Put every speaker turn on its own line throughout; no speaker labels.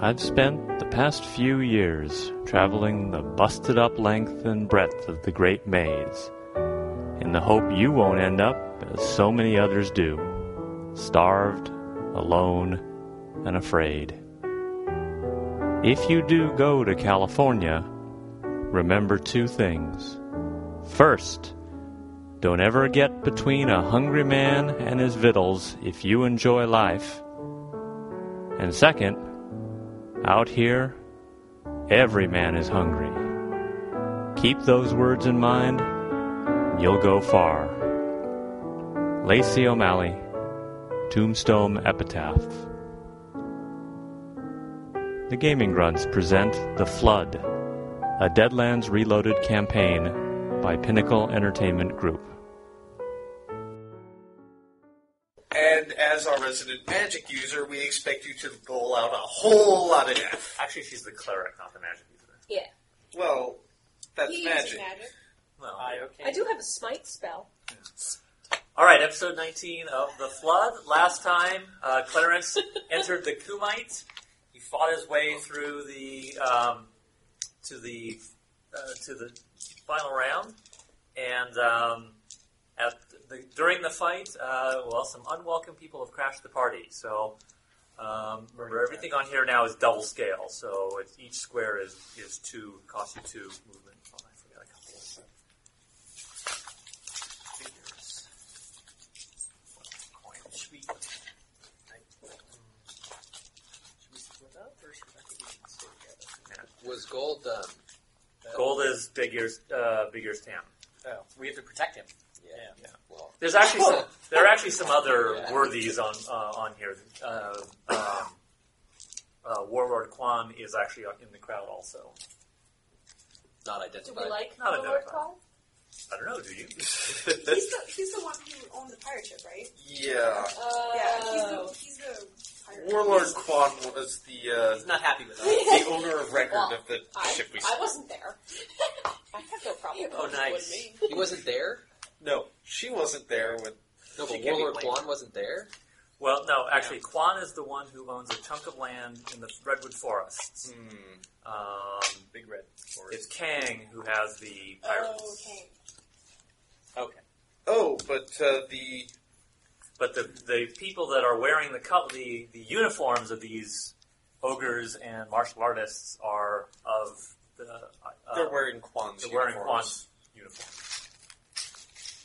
I've spent the past few years traveling the busted up length and breadth of the Great Maze in the hope you won't end up as so many others do starved, alone, and afraid. If you do go to California, remember two things. First, don't ever get between a hungry man and his victuals if you enjoy life. And second, out here, every man is hungry. Keep those words in mind, and you'll go far. Lacey O'Malley, Tombstone Epitaph. The Gaming Grunts present The Flood, a Deadlands Reloaded campaign by Pinnacle Entertainment Group.
And as our resident magic user, we expect you to roll out a whole lot of death.
Actually, she's the cleric, not the magic user.
Yeah.
Well, that's
he uses
magic.
magic.
Well, I, okay.
I do have a smite spell.
All right, episode 19 of The Flood. Last time, uh, Clarence entered the Kumite. He fought his way through the um, to the uh, to the final round, and um, at the, during the fight, uh, well, some unwelcome people have crashed the party. So um, remember, everything on here now is double scale. So it's, each square is is two, cost you two movement. Oh, I forgot a couple of figures. Coin sweep.
Was gold um, done?
Gold is big ears, uh, big ears town.
Oh, we have to protect him. Yeah.
Well,
There's actually some, there are actually some other
Yeah.
worthies on uh, on here. Uh, um, uh, Warlord Quan is actually in the crowd also.
not
Do
identified.
we like
Not
the Lord
identified.
Call?
I don't know. Do you?
He's the, he's the one who owned the pirate ship, right?
Yeah.
Yeah,
Oh.
he's the, he's the pirate.
Warlord Quan was the uh,
He's not happy with
Oh,
us.
the owner of record of the
I,
ship we.
I wasn't there. I have no problem.
Oh,
with
nice.
me.
He wasn't there.
No, she wasn't there when.
No,
She
but
can't be
Warlord
blamed.
Quan wasn't there.
Well, no. Actually, Quan is the one who owns a chunk of land in the redwood forests.
hmm,
Um,
Big red.
it's Kang who has the pirates,
Oh, okay.
Okay.
Oh, but uh, the
but the the people that are wearing the co- the the uniforms of these ogres and martial artists are of the uh,
they're wearing Quan's
they're wearing
uniforms.
Quan's uniform.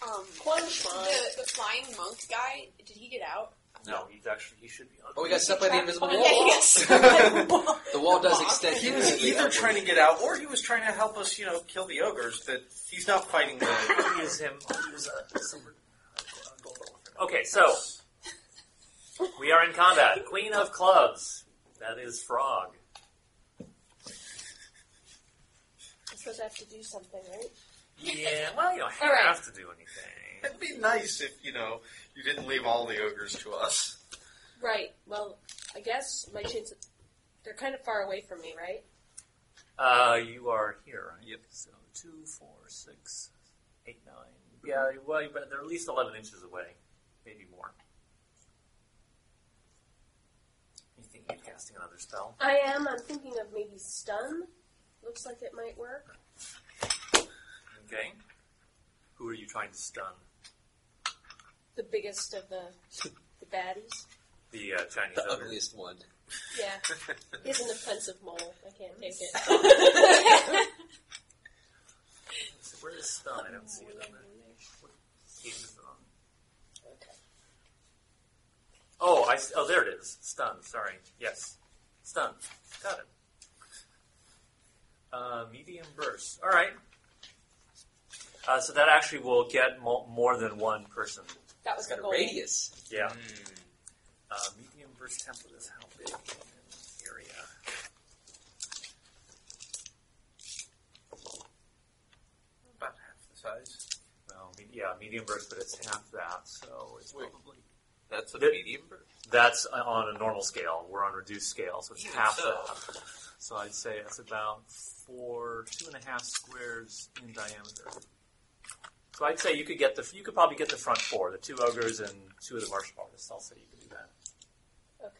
Um,
Quan
the, the flying monk guy, did he get out?
No, he's actually he should be on.
Oh, we got stuck by the invisible
Yeah,
wall.
Yeah, he got stuck by the wall.
The wall does
Lock.
extend.
He was
infinitely
either
upward.
trying to get out, or he was trying to help us, you know, kill the ogres. That he's not fighting the.
He is him. He is, uh, some- Okay, so we are in combat. Queen of clubs. That is Frog.
I suppose I have to do something, right?
Yeah. Well, you don't have
All right.
to do anything.
It'd be nice if you know you didn't leave all the ogres to us.
Right. Well, I guess my chances. They're kind of far away from me, right?
Uh, you are here, right?
Yep.
So two, four, six, eight, nine. Yeah. Well, but they're at least eleven inches away, maybe more. You think you're casting another spell?
I am. I'm thinking of maybe stun. Looks like it might work.
Okay. Who are you trying to stun?
The biggest of the the baddies.
The uh, Chinese
The
ogre.
ugliest one.
Yeah. He's an offensive mole. I can't take it.
So where is stun? I don't see it on there. Keep it on. Oh, I, s- oh, there it is. Stun. Sorry. Yes. Stun. Got it. Uh, medium burst. All right. Uh, so that actually will get mo- more than one person.
That was
It's got
the
a
goal.
radius.
Yeah. Uh, medium burst template is how big in this area.
About half the size.
Well, me- yeah, medium burst, but it's half that, so it's
Wait.
probably
That's
a
medium.
That's on a normal scale. We're on reduced scale, so it's
Yeah,
half
so-
that. So I'd say it's about four, two and a half squares in diameter. So I'd say you could get the, you could probably get the front four, the two ogres and two of the martial artists. I'll say you could do that.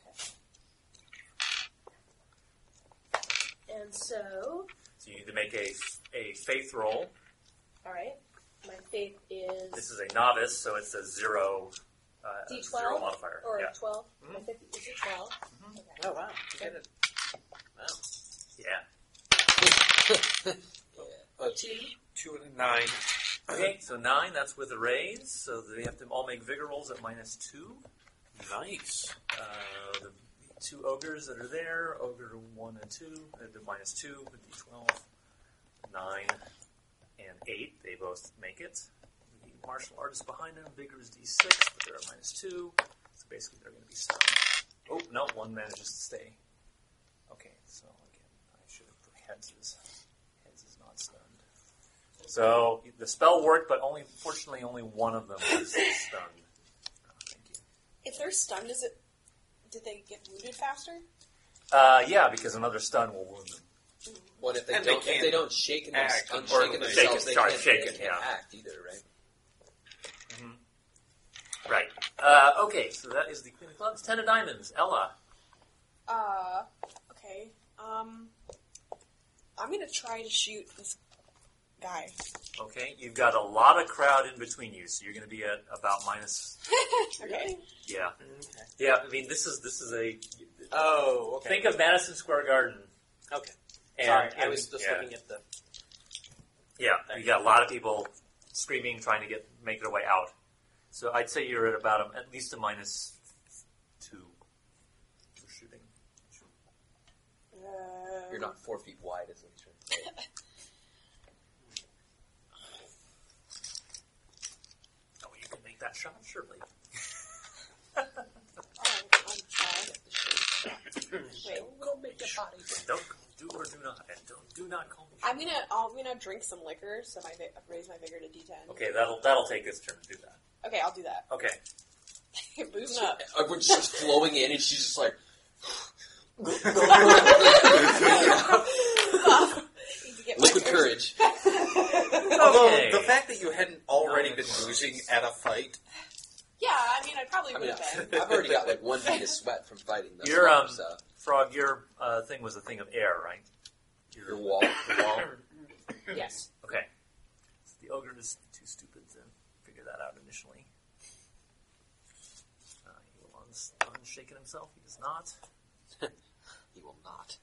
Okay. And so,
So you need to make a, a faith roll.
all right, my faith is
This is a novice, so it's a zero, uh,
D12
zero modifier.
or
yeah. Hmm?
twelve. My faith is it twelve? Okay.
Oh wow. You get it.
yeah.
Oh, two.
Two and a nine.
Okay, so nine, that's with a raise, so they have to all make vigor rolls at minus two.
Nice.
Uh, the two ogres that are there, ogre one and two, uh, the minus two with d12, nine and eight, they both make it. The martial artist behind them, vigor is d6, but they're at minus two, so basically they're going to be stunned. Oh no, one manages to stay. Okay, so again, I should have put heads is heads is not stunned. So the spell worked, but only fortunately only one of them was stunned. Oh, thank you.
If they're stunned, is it? Did they get wounded faster?
Uh, yeah, because another stun will wound them.
What if they
And they
don't? if
can't
they don't shake and
act,
they're
or
unshaken
shake
themselves,
it,
they
sorry,
can't,
shake
they
it,
can't
yeah.
act either, right?
Right. Uh, okay, so that is the Queen of Clubs. Ten of Diamonds. Ella.
Uh, okay. Um, I'm gonna try to shoot this guy.
Okay, you've got a lot of crowd in between you, so you're going to be at about minus.
okay.
Yeah,
Okay.
yeah. I mean, this is this is a
Oh, okay.
think of Madison Square Garden.
Okay.
And,
Sorry, I
and-
was just
yeah,
looking at the.
Yeah, you got a lot of people screaming, trying to get make their way out. So I'd say you're at about a, at least a minus two for shooting.
Uh,
You're not four feet wide, is what he's trying to say.
Oh, you can make that shot surely.
alright, I'll try. Wait,
Go make the body.
Don't do or do not. and Don't do not call me.
I'm gonna. I'm gonna drink some liquor, so my vi- raise my vigor to D10.
Okay, that'll that'll take this turn to do that.
Okay, I'll do that.
Okay.
Boozing up.
Uh, We're just flowing in, and she's just like,
Need to get my
liquid courage.
Okay.
Although the fact that you hadn't already been losing at a fight,
Yeah, I mean, I probably
I
would
mean,
have been.
I've already got like one bead of sweat from fighting. Those
You're, um,
so
Frog, your uh, thing was a thing of air, right?
your wall.
wall.
Yes.
Okay. So the ogre is too stupid to figure that out initially. Uh, he will uns- unshaken himself. He does not.
He will not.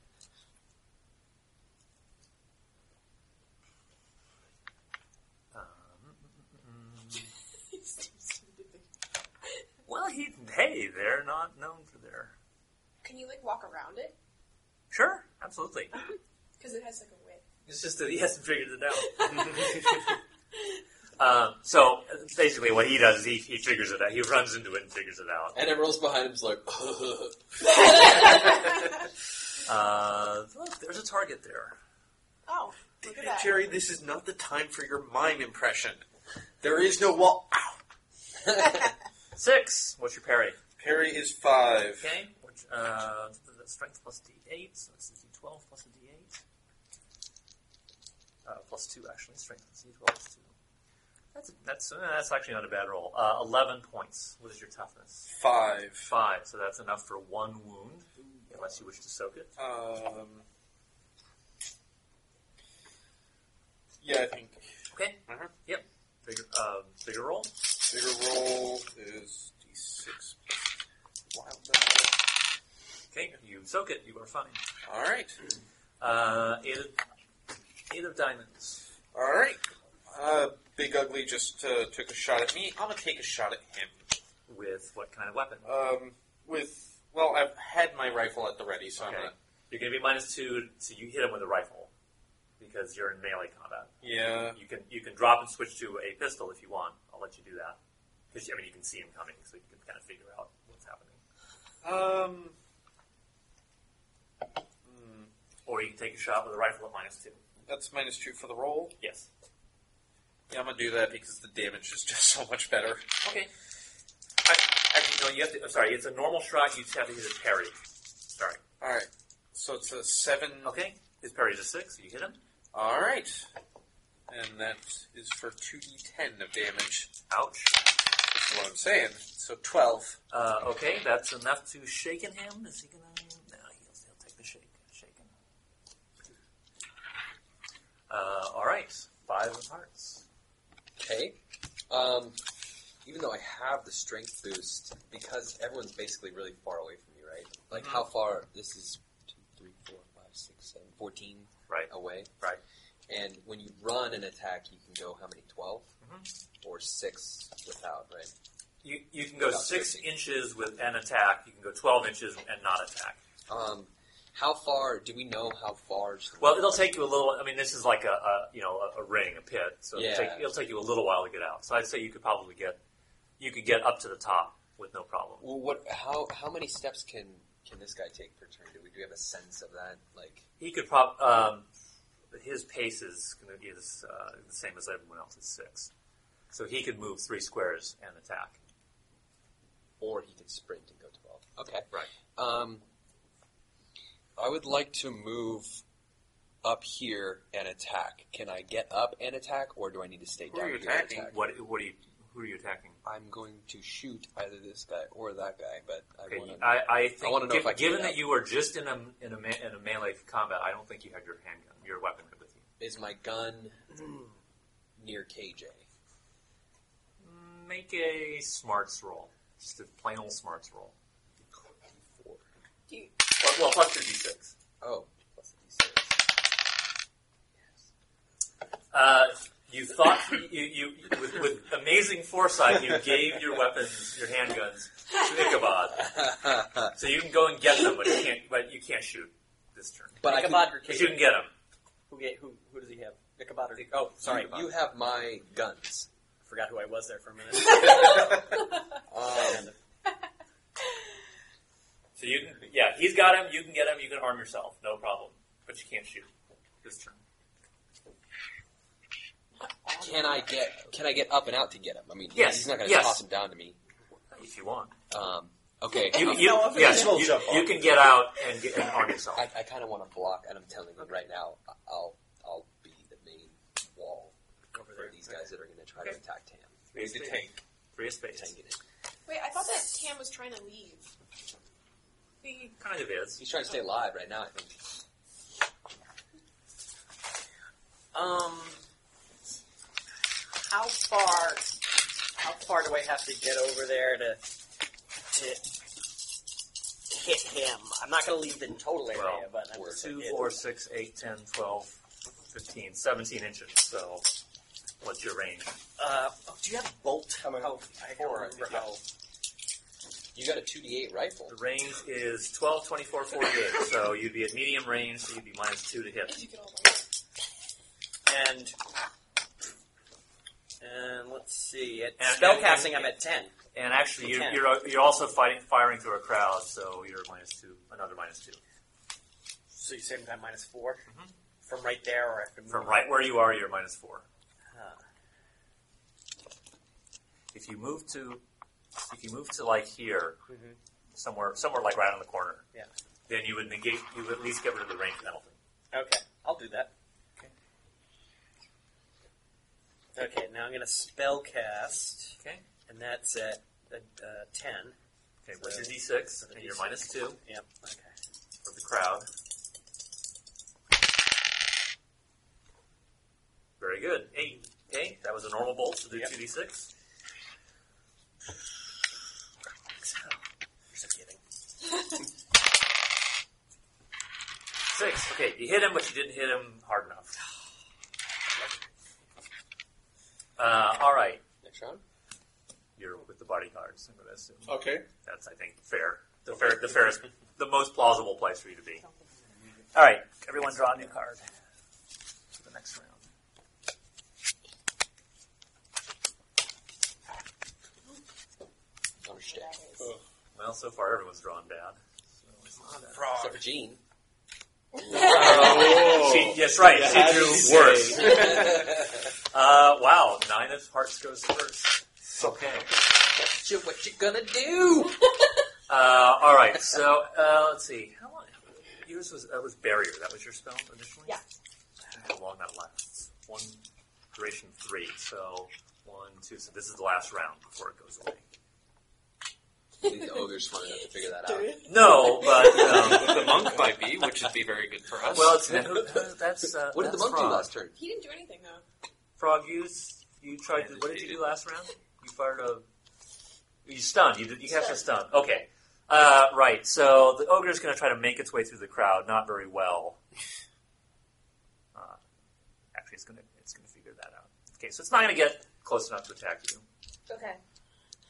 Um,
He's too stupid.
well, he hey, they're not known for their.
Can you like walk around it?
Sure, absolutely.
Because it has like a whip.
It's just that he hasn't figured it out. um, so basically, what he does is he, he figures it out. He runs into it and figures it out.
And everyone's behind him's like,
Uh, look, there's a target there.
Oh, look at that.
Jerry, this is not the time for your mime impression. There is no wall. Ow.
Six. What's your parry?
Harry is five.
Okay, which, uh, that's strength plus d8, so that's a d12 plus a d8. Uh, plus 2, actually. Strength plus d12 plus 2. That's, that's, uh, that's actually not a bad roll. Uh, 11 points. What is your toughness?
Five.
5, so that's enough for one wound, unless you wish to soak it.
Um. Yeah, I think
Okay.
Uh-huh.
Yep. Bigger, uh, bigger roll.
bigger roll is d6. Wild.
Okay, you soak it. You are fine.
All right.
Uh, eight, of, eight of diamonds.
All right. Uh, Big Ugly just uh, took a shot at me. I'm gonna take a shot at him.
With what kind of weapon?
Um, with well, I've had my rifle at the ready, so I'm
Okay.
gonna.
You're going to be minus 2, so you hit him with a rifle, because you're in melee combat.
Yeah.
You can you can drop and switch to a pistol if you want. I'll let you do that because I mean you can see him coming, so you can kind of figure out what's happening.
Um.
Or you can take a shot with a rifle at minus two.
That's minus two for the roll.
Yes.
Yeah, I'm gonna do that because the damage is just so much better.
Okay. I, actually, no. You have to. I'm sorry. It's a normal shot. You just have to hit his parry. Sorry.
All right. So it's a seven.
Okay. His parry is a six. You hit him.
All right. And that is for two d10 of damage.
Ouch.
That's what I'm saying. So twelve.
Uh, okay, that's enough to shaken him. Is he gonna? No, he'll, he'll take the shake. Shaken. Uh, all right, five of hearts.
Okay. Um, even though I have the strength boost, because everyone's basically really far away from me, right? Like how
Mm-hmm.
far? This is two, three, four, five, six, seven, fourteen
Right.
away.
Right.
And when you run an attack, you can go how many? 12
Mm-hmm.
or six without, right?
You, you can go
Without
six
switching.
inches with an attack. You can go twelve inches and not attack.
Um, how far? Do we know how far? to
Well,
run?
it'll take you a little. I mean, this is like a, a you know a, a ring, a pit. So
Yeah.
it'll, take, it'll take you a little while to get out. So I'd say you could probably get you could get up to the top with no problem.
Well, what? How? How many steps can can this guy take per turn? Do we do we have a sense of that? Like,
He could prob um, his pace is going to be this, uh, the same as everyone else's six, so he could move three squares and attack.
or he could sprint and go twelve. Okay.
Right.
Um, I would like to move up here and attack. Can I get up and attack, or do I need to stay
Who
down
are you
here and
attacking?
attack?
What what are you who are you attacking?
I'm going to shoot either this guy or that guy, but I
Okay,
want to.
I, I think
wanna know
gi-
if I can
given
get
that
up.
you were just in a in a, me- in a melee combat, I don't think you had your handgun, your weapon with you.
Is my gun near KJ?
Make a smarts roll, just a plain old smarts roll.
Four.
Well, well plus your d6.
Oh, plus a D6.
Uh, you thought you, you with, with amazing foresight, you gave your weapons, your handguns, to Ichabod. So you can go and get them, but you can't. But you can't shoot this turn.
but I
Ichabod
can,
or
But you
Katie?
can get them.
Who, ga- who, who does he have? Ichabod or Oh, sorry.
sorry, you have my guns.
forgot who I was there for a minute.
Um,
So you can. Yeah, he's got him. You can get him. You can arm yourself. No problem. But you can't shoot this turn.
can I get can I get up and out to get him? I mean,
Yes,
he's not going to
yes.
toss him down to me.
If you want,
Um, okay,
you,
um,
you,
No, if it
yes,
is, we'll
you,
jump on.
you can get out and, get, and arm yourself.
I, I kind of want to block, and I'm telling you right now, I- I'll I'll be the main wall
Over
for
there.
these guys that are going to try
Okay.
to attack Tam.
Three of
He's a
spades.
tank.
Three of spades.
Tanking it.
Wait, I thought that Tam was trying to leave.
He kind of is.
He's trying to stay alive right now. I think.
Um, how far? How far do I have to get over there to to hit him? I'm not going to leave the total area,
Well,
but I'm
we're
just
Two,
gonna hit-
four, six, eight, ten, twelve, fifteen, seventeen inches. So, what's your range?
Uh, oh, do you have bolt? How,
I'm a-
how, I don't
four, I
remember
think,
how.
You got a two D eight rifle.
The range is 12, 24, 48. So you'd be at medium range, so you'd be minus two to hit.
You could all
And and let's see. At
And-
spellcasting, I'm at ten.
And actually, you're,
Ten.
you're, you're also fighting, firing through a crowd, so you're minus two, another minus two.
So you saved time minus 4 from right there, or I can move
From right where you are, you're minus four.
Huh.
If you move to, if you move to like here, somewhere, somewhere like right on the corner,
Mm-hmm. Yeah.
then you would negate, you would at least get rid of the range penalty.
Okay, I'll do that. Okay, now I'm going to spell cast,
Okay.
and that's at uh, uh, 10.
Okay, what's your d6? And you're minus two
Yep, okay.
for the crowd. Very good. Eight. Okay, that was a normal bolt, so do
Yep.
two d6.
So, there's a kidding.
Six. Okay, you hit him, but you didn't hit him hard enough. Uh, all right,
Next round.
you're with the bodyguards. I'm gonna assume
Okay.
that's, I think, fair. The fair, the fairest, the most plausible place for you to be. All right, everyone, draw a new card for the next round.
Not a shtick.
Well, so far everyone's drawn bad.
Except for Gene.
She, that's right.
how
she
did she
drew worse. uh, wow, nine of hearts goes first. Okay.
Shit, what you gonna do?
Uh, all right. So uh, let's see. How long? Yours was that was barrier. That was your spell initially.
Yeah.
How long that lasts? One duration three. So one, two. So this is the last round before it goes away.
I think the ogre's smart enough to figure that out.
No, but um,
the monk might be, which would be very good for us.
well, it's, that's uh,
What did the
that's
monk do
frog.
last turn?
He didn't do anything though.
Frog, you s- you tried to. What did you do last round? You fired a. You stunned. You did, you cast a stun. Okay. Uh, right. So the ogre is going to try to make its way through the crowd. Not very well. Uh, actually, it's going to it's going to figure that out. Okay, so it's not going to get close enough to attack you.
Okay.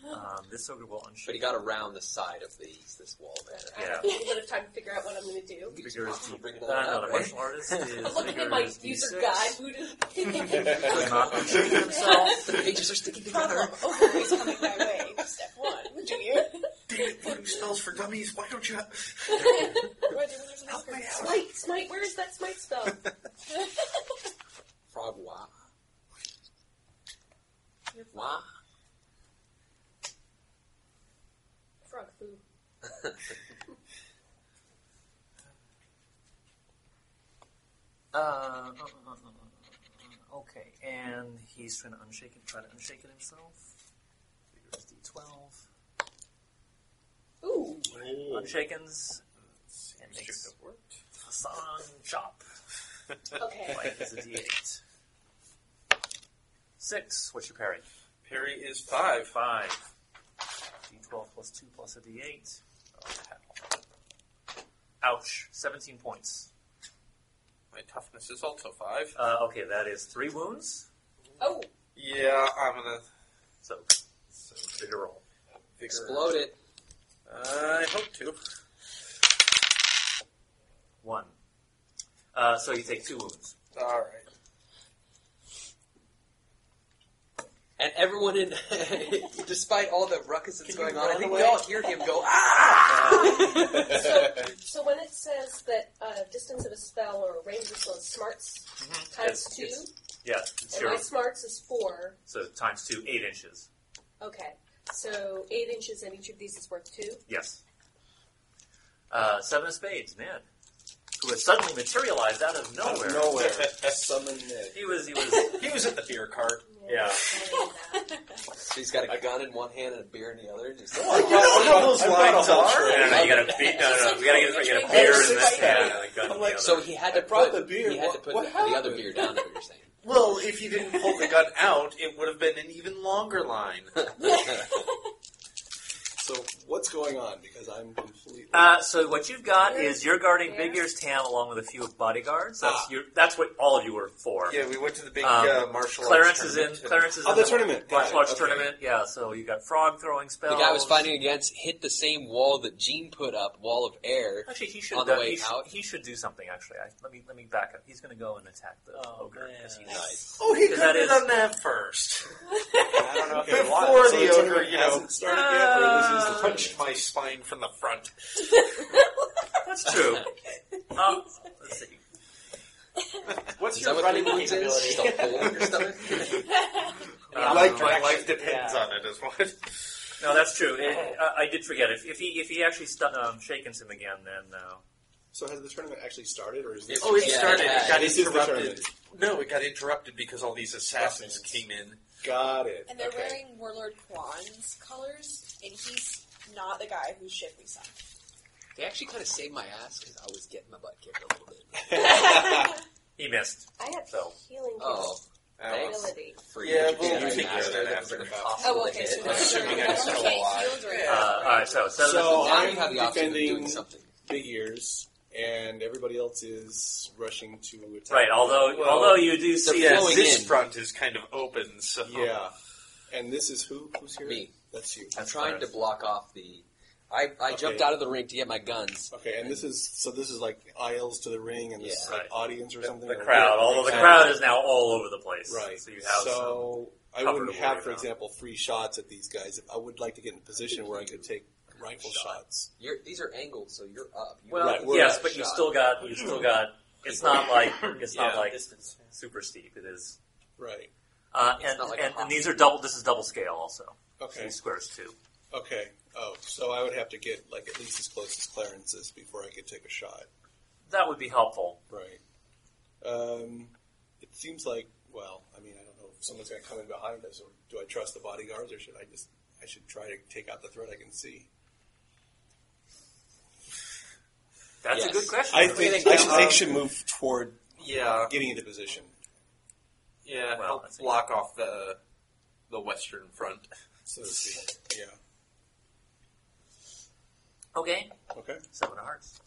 Um, this ogre will unshoot.
But he got around the side of these this wall there.
I have a little bit of time to figure out what I'm going to do.
Vigor is deep.
Bring it
I don't know,
up,
the
right?
Uh, martial artist is
I'm looking
vigor
at my
is
user
D6.
guide. Who did?
Does not unshoot himself.
The pages are sticking
Problem.
together.
Oh, he's coming my way. Step one. Do you?
Damn it, voodoo spells for dummies. Why don't you have...
Why do you there's an ogre?
smite, smite. Where is that smite spell?
Frog wah. Wah.
Frog food.
Uh, okay, and he's trying to unshake it, try to unshake it himself. Here's D12.
Ooh.
Unshakens. And makes Hassan chop.
Okay.
Like it's a D8. Six. What's your parry?
Perry is five.
Five. D12 plus two plus a D8. Oh, hell. Ouch. 17 points.
My toughness is also five.
Uh, okay, that is three wounds.
Oh.
Yeah, I'm gonna.
So, so bigger roll.
figure
Explode it.
out. I hope to.
One. Uh, so you take two wounds.
All right.
And everyone in, despite all the ruckus that's
Can you
going on, I
run
think
away?
we all hear him go,
Uh,
ah!
So, so when it says that uh, distance of a spell or a range of a spell is smarts
Mm-hmm.
times
It's-
two,
it's- Yeah, it's
and
your-
my smarts is four.
So times two, eight inches.
Okay. So eight inches, and each of these is worth two.
Yes. Uh, seven of spades, man, who has suddenly materialized out of nowhere.
Nowhere.
Summon it.
He was, he was,
he was at the beer cart.
yeah.
So he's got a gun in one hand and a beer in the other. And he's "Oh,
You know what those lines are?
No, no, no, you gotta beat, no, no, no, we gotta get, you got a beer in this hand and a gun in the other.
so he had to
I brought
put
the beer.
He had to
What-
put
what
the, the other
happened?
beer down. What you're saying?
Well, if you didn't pull the gun out, it would have been an even longer line.
So what's going on? Because I'm completely.
uh, so what you've got is you're guarding
Bear.
Big Ear's Tam along with a few bodyguards. That's your, that's what all of you were for.
Yeah, we went to the big
Um,
uh, martial
Clarence
arts
is in.
tournament.
Clarence is
oh,
in
the tournament.
Black
Got it.
Lodge
Okay.
tournament. Yeah, so you got frog throwing
The
spells.
guy was fighting against hit the same wall that Gene put up, wall of air.
Oh,
Actually, he should.
on the
uh,
way
he, should
out.
he should do something. Actually, I, let me let me back up. He's going to go and attack the
Oh,
ogre because
man.
he's nice.
Oh, he
Because
could
that
have
is-
done that first.
I don't know if they
Before
want it.
the
so
ogre,
tournament
you know.
hasn't started yet. We're losing the punch.
Punched my spine from the front.
That's true. um, let's see.
What's
Is
your
that what
running
three wounds is?
capability?
Just a hole in your stomach?
Um,
like
my-
Uh, my life depends
yeah.
on it, is what.
no, that's true. It- I, I did forget. If, if he if he actually stu- um, shakens him again, then uh,
So has the tournament actually started, or is this?
Oh, it
Yeah,
started.
yeah,
It got
this is the
interrupted.
tournament.
No, it got interrupted because all these assassins came in.
Got it.
And they're
okay.
wearing Warlord Quan's colors, and he's not the guy whose ship we saw.
They actually kind of saved my ass because I was getting my butt kicked a little bit.
he missed.
I have
So.
healing
Oh,
Uh,
thanks.
ability.
For
Yeah,
you.
we'll-
Yeah,
we'll take care of that
that was
after.
impossible
Oh,
to
okay.
hit.
So
Assuming I still alive.
Uh, all right, so seven.
So
now
I'm
you have the option of doing
defending
something.
big ears, and everybody else is rushing to attack.
right. Although
Well,
although you do see
Yeah,
flowing
this
in.
front is kind of open, so
yeah, and this is who? Who's here?
Me.
That's you.
I'm trying to block off the. I, I jumped
Okay.
out of the rink to get my guns.
Okay, and this is so. This is like aisles to the ring, and this is
Yeah.
like
Right.
audience or
the,
something.
the
or-
crowd.
Yeah,
Although the
exactly.
crowd is now all over the place.
Right.
So you have
So I
cover
wouldn't
to
have,
worry
for
about.
example, free shots at these guys. If I would like to get in a position where I could take rifle
Shot.
shots.
You're, these are angled, so you're up. You
Well,
Right, we're
yes,
at
but you
shot.
still got you still got. It's not like it's not like
distance.
super steep. It is,
Right.
uh,
It's
and
not like a
and, and
hockey
these are double. This is double scale also.
Okay.
These squares too.
Okay. Oh, so I would have to get like at least as close as Clarence is before I could take a shot.
That would be helpful.
Right. Um, it seems like well, I mean, I don't know if someone's going to come in behind us, or do I trust the bodyguards, or should I just I should try to take out the threat I can see?
That's a
Yes.
good question. Uh,
I
Ruth.
think I should, I should move toward
Yeah,
Uh, getting into position.
yeah.
Well,
help
that's a-
block off the the western front.
So to speak. Yeah.
Okay.
Okay.
Seven of hearts.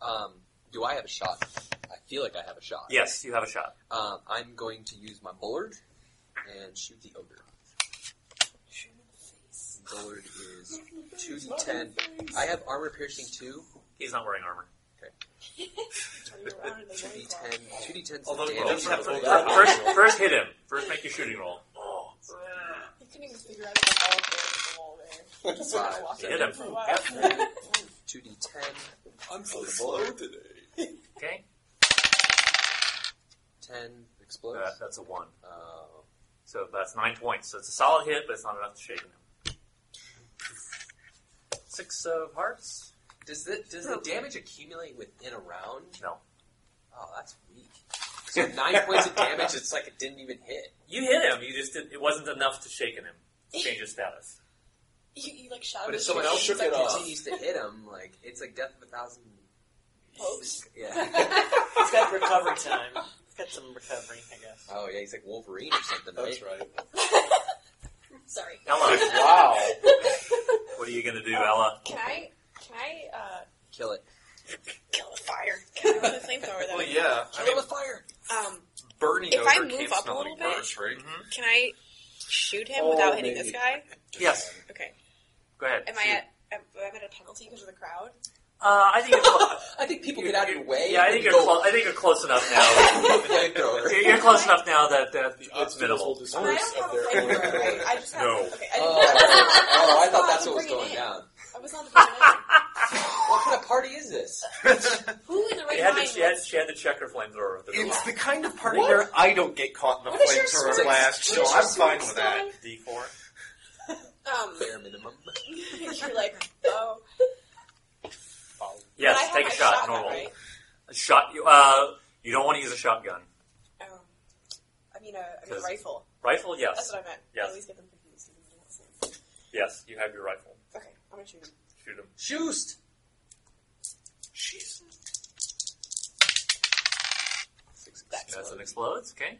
Um, do I have a shot? I feel like I have a shot.
Yes, you have a shot.
Um, I'm going to use my bullard and shoot the ogre. Bullard is two d ten. I have armor piercing two.
He's not wearing armor.
Turn you around in the
Two d
white
ten. Two d ten.
Although he
damage.
does have
right?
ogre.
Uh, first, first hit him. First, make your shooting roll.
Oh.
cloth. You couldn't even figure out the ball the wall there. Just sort of
Five.
walking
Hit him.
for a while.
Two d ten.
I'm
so slow
today.
Okay.
Ten
Uh,
explodes.
that's a one.
Oh.
So that's nine points. So it's a solid hit, but it's not enough to shake him. Six of hearts.
does the does the damage accumulate within a round?
No.
Oh, that's weak. So nine points of damage. It's like it didn't even hit.
You hit him. You just did, it wasn't enough to shake him. Change his status.
You, you like shouted.
But if
at
someone
your
else
shook
like,
it off.
continues to hit him, like it's like death of a thousand.
folks.
Yeah.
He's got recovery time. He's got some recovery, I guess.
Oh yeah, he's like Wolverine or something, right?
That's right.
Sorry.
Ella,
Wow.
what are you going to do, Ella?
Can I? Can I? Uh,
Kill it.
kill the fire. Can I run the flamethrower then?
Well, yeah. I mean,
fire.
Um,
burning
If
over
I move
can't
up a
smell any
little bit-
worse, right?
can I shoot him
Oh,
without hitting
maybe.
this guy?
Yes.
Okay.
Go ahead.
Am I
Shoot.
at? Am am I at a penalty because of the crowd?
Uh, I think. You're clo-
I think people get out of your way.
yeah, I think you're. Clo- I think you're close enough now.
Flamethrower.
you're, you're close enough now that that
The
it's
obstacles will
minimal.
I don't
disperse
have
up
a flamethrower,
there.
right? I just have.
No.
Okay. I,
Oh,
didn't-
oh, I thought
Come
that's
on,
what was
bring it
going
in.
down.
I was not paying attention.
What kind of party is this?
Who in the right
She had, to,
mind?
she, had,
wants-
she had to check her flamethrower. with the remote.
It's the kind of party
What?
where I don't get caught in the
What is your
flamethrower
sword-
blast,
what
so
is your
I'm fine with
sword
that.
D4.
Um,
Bare minimum.
you're like, oh.
Yes,
But I
take a
have
shot.
my shotgun,
normal
right?
A shot. You, uh, you don't want to use a shotgun.
Um, I mean, a, I mean a
'Cause-
rifle.
Rifle,
That's
yes,
what I meant.
Yes.
I always get them confused. even though it's the same.
yes. You have your rifle.
Okay, I'm gonna shoot him.
Shoot him.
Shoost. Six
That's
That's an
explodes.
explodes. Okay.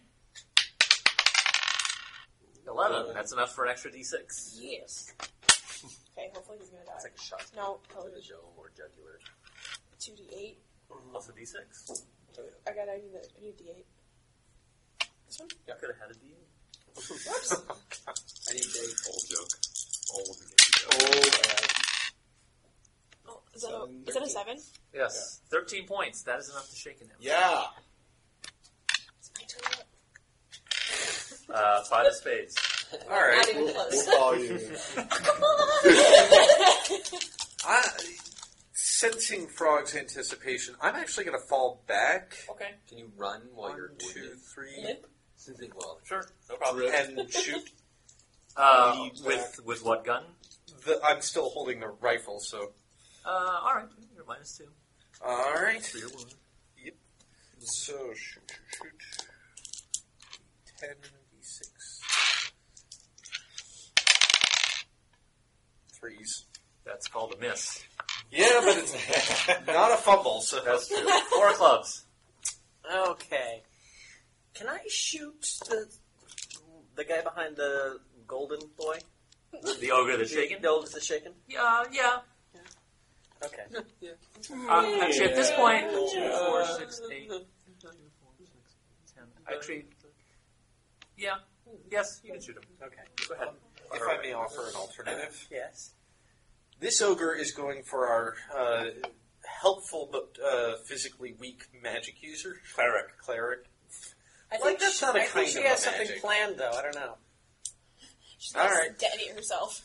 Eleven. That's enough for an extra D6.
Yes. Okay, hopefully he's gonna die.
It's like a shot
no,
to
probably
the jaw or jugular.
two d eight.
Plus a D6.
I got. I need the. I need d eight. This one.
You could have had a D8.
Whoops.
I need a old joke. Old.
Oh, is, that a, is that a seven?
Yes. Thirteen points. That is enough to shake him.
Yeah.
It's my turn.
Uh, five of spades.
All right.
Not even
We'll
close.
follow you.
Come on.
I, sensing Frog's anticipation, I'm actually going to fall back.
Okay.
Can you run while
One,
you're
two,
wounded?
three,
Limp.
Well,
Sure. No problem.
and shoot.
Uh, with with what gun?
The, I'm still holding the rifle, so.
Uh, all right. You're minus two
All right.
for your wound.
So shoot, shoot, shoot. Ten d six. Threes.
That's called a miss.
Yeah, but it's not a fumble. So
That's true. Four of clubs.
Okay. Can I shoot the the guy behind the golden boy?
The ogre that's shaken.
The oldest that's shaken?
Yeah, yeah.
Okay.
Uh, actually, at this point, two, four,
Uh,
six, eight. Actually, yeah. Yes, you can shoot him.
Okay.
Go ahead.
if I may offer an alternative.
Yes.
This ogre is going for our uh, helpful but uh, physically weak magic user. Cleric. Cleric.
I
Like, that's
she,
not a
I
kind
think she
of a
has something
magic.
planned though. I don't know.
She's gonna
Alright.
detonate herself.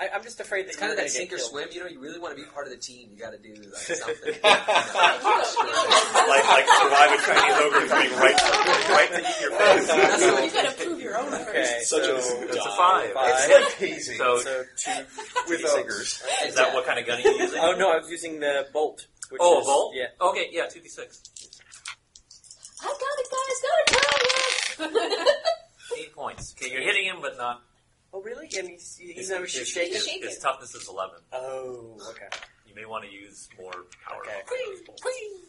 I, I'm just afraid that
It's
you're
kind of that
gonna get
sink or
killed.
swim. You know, you really want to be part of the team. You got to do like something.
Like, like survive a Chinese ogre coming right, right to your face.
That's
you
what
gotta, you gotta prove your own first.
Okay.
Such
so,
a
It's a
die.
five.
It's
five.
like hazing.
So-
so two
With
with ogres.
Is that what kind of gun are you using?
Oh no, I was using the bolt. Which
Oh, a
is,
bolt?
Yeah.
Okay, yeah, 2d6.
I've got it, guys. Go to town.
Eight points. Okay, you're hitting him, but not
Oh, really? And he's, he's
His-
never
his-
shaking.
his-
Shaken.
His toughness is 11.
Oh, okay.
You may want to use more power.
Okay.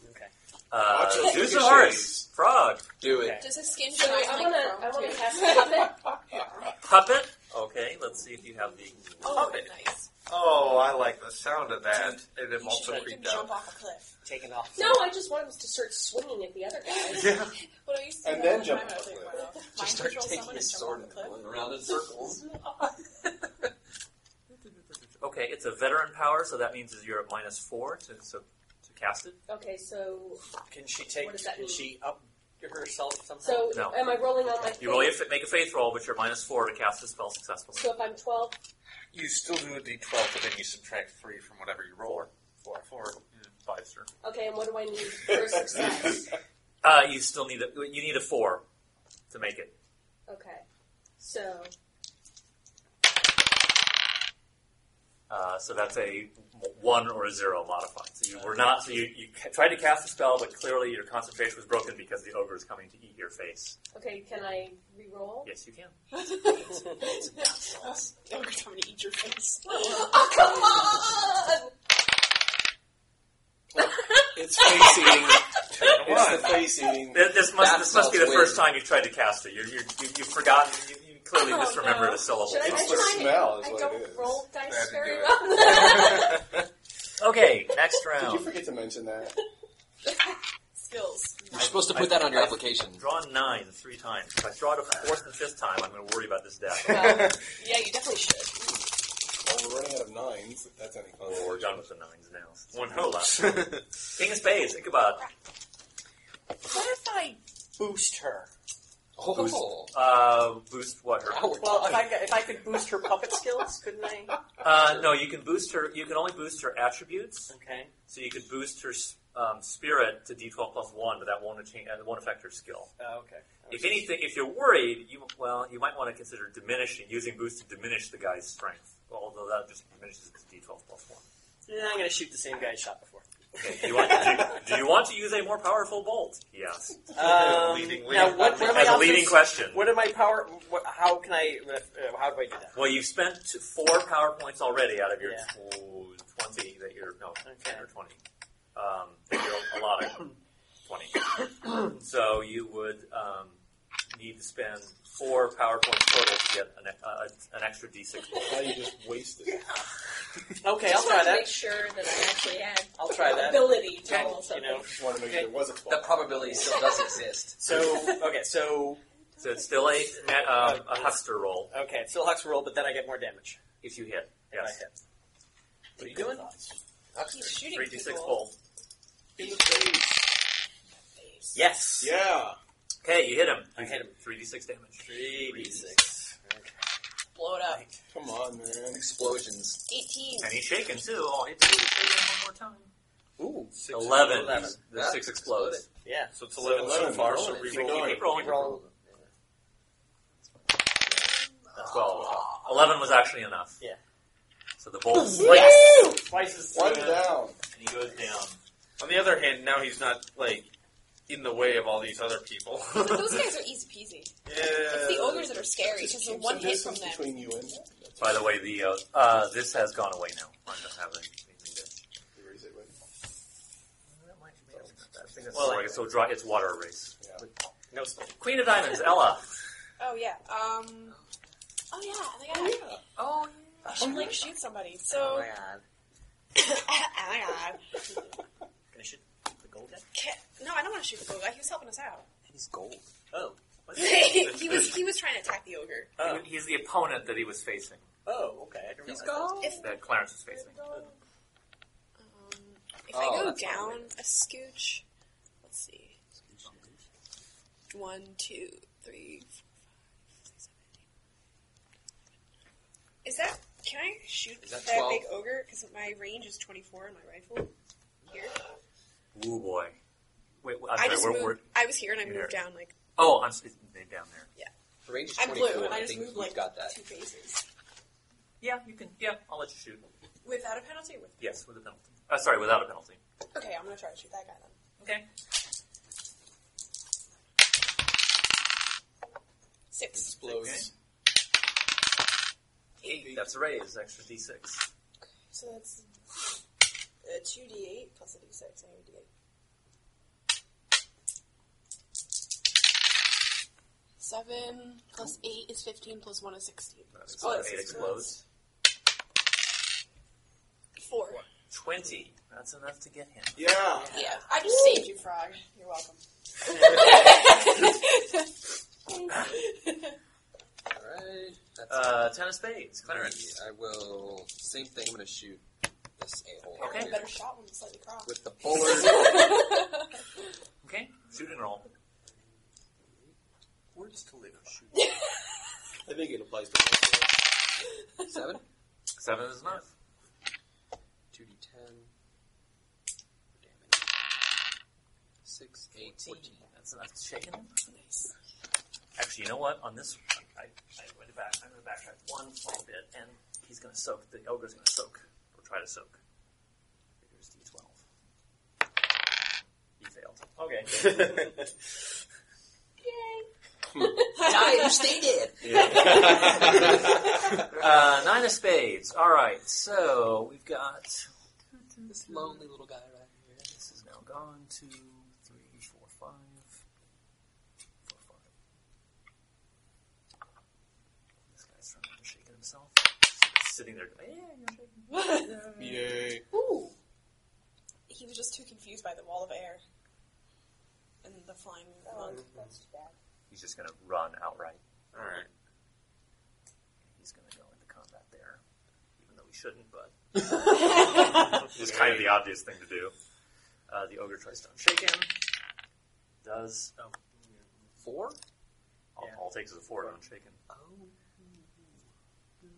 Okay.
Uh,
Watch those
who's
ricochets.
ours? Frog.
Do
Okay.
it.
Does his skin
So
shine
I
like
wanna,
chrome,
I wanna
too?
cast puppet.
Puppet. Okay, let's see if you have the.
Oh, nice.
Oh, I like the sound of that. And I'm also
You can
creeped
jump
out.
off a cliff.
Taking off.
No, I just want him to start swinging at the other guys.
Yeah.
Well, I used to
And
do that all
then
the
jump
time. I
off
was like,
the
wow. Mind
Just start
control
taking
someone
his
and jump
sword
off
and
a cliff.
going around in circles.
Okay, it's a veteran power, so that means you're at minus four to so to cast it.
Okay, so
Can she take?
What does that
can
mean?
she up herself somehow?
so
No.
am I rolling on my?
You roll your,
face?
make a faith roll, but you're minus four to cast the spell successfully.
So if I'm twelve,
You still do a d12, but then you subtract 3 from whatever you roll. 4. 4.
Five, sir.
okay, and what do I need for success?
Uh, you still need a you need a four to make it.
Okay, so
Uh, so that's a one or a zero modified. So you were not. So you, you ca- tried to cast a spell, but clearly your concentration was broken because the ogre is coming to eat your face.
okay, can I re-roll?
Yes, you can.
I'm coming to eat your face. Oh,
Oh come on!
It's face eating. it's the face eating.
Th- This must
That
this must be the
smells
first
weird.
time you tried to cast it. You're, you're, you you've forgotten. You, you clearly
Oh,
misremembered
no.
a syllable.
Should I
It's
I
the
tried it.
smell is
I
what
don't
it is.
roll dice
That'd
very
do
well.
Okay, next
Did you
round.
forget to mention that?
Skills.
You're supposed to
I-
put that on your
I-
application.
Drawn nine three times. If I draw it a fourth and fifth time, I'm going to worry about this death.
Well, yeah, you definitely should.
Well, Oh, we're running out of nines. if That's any fun.
Oh, we're done with the nines now.
One hopes.
King of Spades. Think about it.
What if I?
boost her.
Oh,
uh, boost what her
now we're
Well, if I,
done.
could- if I could boost her puppet skills, couldn't I?
Uh, no, you can boost her. You can only boost her attributes.
Okay.
So you could boost her s- um, spirit to D12 plus one, but that won't attain, uh, won't affect her skill.
Oh, okay.
If anything, if you're worried, you well, you might want to consider diminishing using boost to diminish the guy's strength. Although that just diminishes the D12 plus one.
Yeah, I'm gonna shoot the same guy I shot before.
Do you want, do, do you want to use a more powerful bolt? Yes.
Um,
Leading
now,
lady.
what, what, are my
As a
options?
leading question.
what are my power? What, how can I? Uh, how do I do that?
Well, you've spent t- four power points already out of your
Yeah.
tw- twenty that you're no ten
Okay.
or twenty. Um, that you're allotted twenty. so you would um, need to spend four power points total to get an, e- uh, an extra d6.
Now you just wasted it.
Okay, I'll
Just wanted
try
to make
that.
sure that I actually had
I'll try that.
ability to
Okay,
roll something.
you know.
just want to make sure there was a
That
12.
probability still does exist.
So okay, so
So it's still a net, um, a huckster roll
okay, it's still Hux roll, but then I get more damage.
if you hit.
if I
Yes,
hit. What are you doing?
He's shooting
three d6
people.
pull.
In the face.
Yes.
Yeah.
Okay, you hit him.
I hit him.
Three d6 damage.
Three d six.
Blow it up.
Come on, man.
Explosions.
18.
And he's shaken too. Oh, it's one more time.
Ooh.
Eleven.
Eleven.
The
That
six explodes.
Yeah.
So it's 11 so
Eleven.
far, so
Keep
re-roll.
going.
Keep rolling.
Roll.
That's 12. 11 was actually enough.
Yeah.
So the bolt slits,
Yes. Twice as
One
uh,
down.
and he goes down.
On the other hand, now he's not, like, in the way of all these other people.
Those guys are easy peasy.
yeah.
It's
Uh,
the ogres that are scary
Just
because the
keep
one
some
hit from
distance
them.
between you and them. That's
By the way, the uh, uh, this has gone away now. I don't have anything to
where he's at, right?
well, like, so dry, it's water erase.
Yeah.
No split.
Queen of Diamonds, Ella.
Oh, yeah. Um. Oh, yeah. I think I. Oh, yeah. I should, like, shoot somebody.
Oh
So.
my god.
Oh, my God.
Can I shoot the gold guy?
Ca- No, I don't want to shoot the gold guy. He was helping us out.
He's gold.
Oh.
he was he was trying to attack the ogre.
Oh.
He's the opponent that he was facing,
Oh. Okay. I can realize that.
If,
that Clarence was facing.
um, if
Oh,
I go
that's
down a scooch, let's see. One, two, three, four, five, six, seven, eight. Is that? Can I shoot
Is
that,
that 12?
big ogre? Because my range is twenty four on my rifle. Here,
Ooh, boy. Wait, I'm
I
sorry,
just
we're,
moved.
we're,
I was here and I
Here.
moved down like
oh, I'm s- they're down there.
The range is
I'm
22,
blue.
and I
I just
think
moved
we've
like
got that.
two phases
Yeah, you can. Yeah, I'll let you shoot.
without a penalty. With
Yes, with a penalty. Uh, sorry, without a penalty.
okay, I'm gonna try to shoot that guy then.
Okay.
Six.
Explodes.
Eight. That's a raise. Extra d6.
So that's uh, a 2d8 plus a d6, and a d8. Seven plus eight is fifteen plus one is sixteen.
Uh, So
Oh,
eight
it's-
explodes.
Four.
Twenty. That's enough to get him.
Yeah.
Yeah. I just saved you, Frog. You're welcome.
Alright. That's
Uh, ten of spades. Clarence.
I will. Same thing. I'm going to shoot this a hole.
I had a better shot when it's slightly crossed.
With the bullard.
Okay. Shoot and roll.
Words to live. by.
I think it applies to both of us.
Seven.
Seven is enough.
2d10. Damage. Six, eight,
Fourteen.
fourteen.
That's enough to shake him.
Nice.
Actually, you know what? On this, I, I, I went back. I'm going to backtrack one small bit, and he's going to soak. The ogre's going to soak, or try to soak. Here's d12. He failed. Okay.
they did.
uh, nine of spades. All right. So we've got.
This lonely little guy right here.
This is now gone. Two, three, four, five. Four, five. This guy's trying not to shake it himself. Sitting there, Eh, going, yeah, you're shaking.
Yay.
Ooh. He was just too confused by the wall of air and the flying
Oh,
bug.
that's too bad.
He's just going to run outright.
All right.
he's going to go into combat there, even though he shouldn't. But it's kind of the obvious thing to do. Uh, the ogre tries to unshake him. Does oh,
Four?
all, all takes is a four to unshake him.
Oh.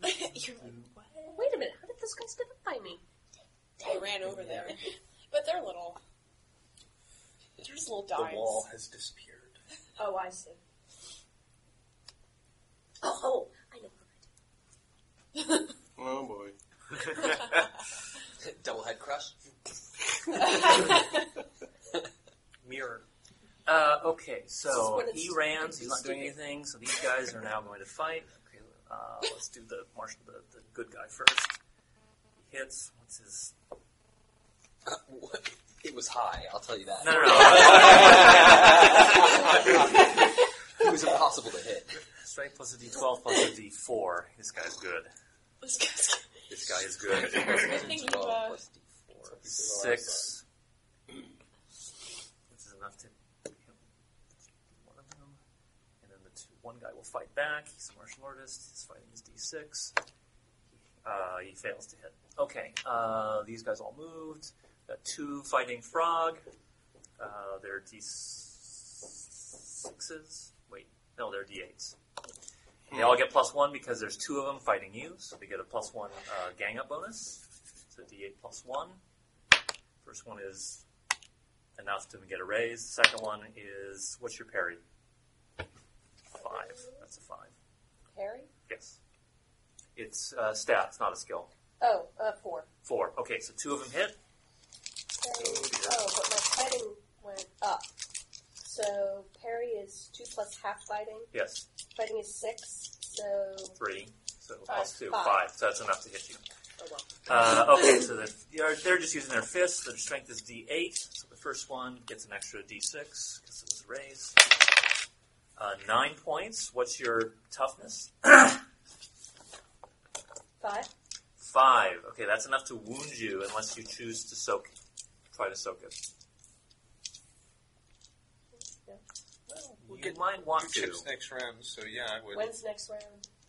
You're like, what?
Wait a minute, how did this guy stand up by me?
I ran over there. But they're little. They're just little
The
dogs.
wall has disappeared.
Oh, I see. Oh, oh I know.
Oh boy.
Double head crush.
Mirror. Uh, okay,
This is
so
when it's-
he ran. so He's not doing
stupid.
anything. So these guys are now going to fight. Okay, uh, let's do the marshal, the, the good guy first. He hits. What's his?
It was high, I'll tell you that.
No, no, no.
It was impossible to hit.
Strength plus a d12 plus a d4. This guy's good.
This guy's-
This guy is good.
I think you've,
Twelve
uh,
plus d4.
Six. This is enough to hit one of them. And then the two, one guy will fight back. He's a martial artist. He's fighting his d6. Uh, he fails to hit. Okay, uh, these guys all moved. Got two fighting frog. Uh, they're d6s. Wait, no, they're d8s. They all get plus one because there's two of them fighting you, so they get a plus one uh, gang up bonus. So d8 plus one. First one is enough to get a raise. The second one is what's your parry? Five. That's a five.
Harry?
Yes. It's uh, stats, not a skill.
Oh, uh, four.
Four. Okay, so two of them hit.
Parry- oh, but my fighting went up. So parry is two plus half fighting.
Yes,
Fighting is six. So
three. So
Five.
plus two,
Five.
five. So that's enough to hit you.
oh well.
Uh, okay, so the, they're, they're just using their fists. Their strength is D8. So the first one gets an extra D6 because it was a raise. Uh, nine points. What's your toughness?
Five.
Five. Okay, that's enough to wound you unless you choose to soak. Try to soak it.
Yeah.
We'll
you
get
might want
Two
to
tips next round, so yeah, I would.
When's next round?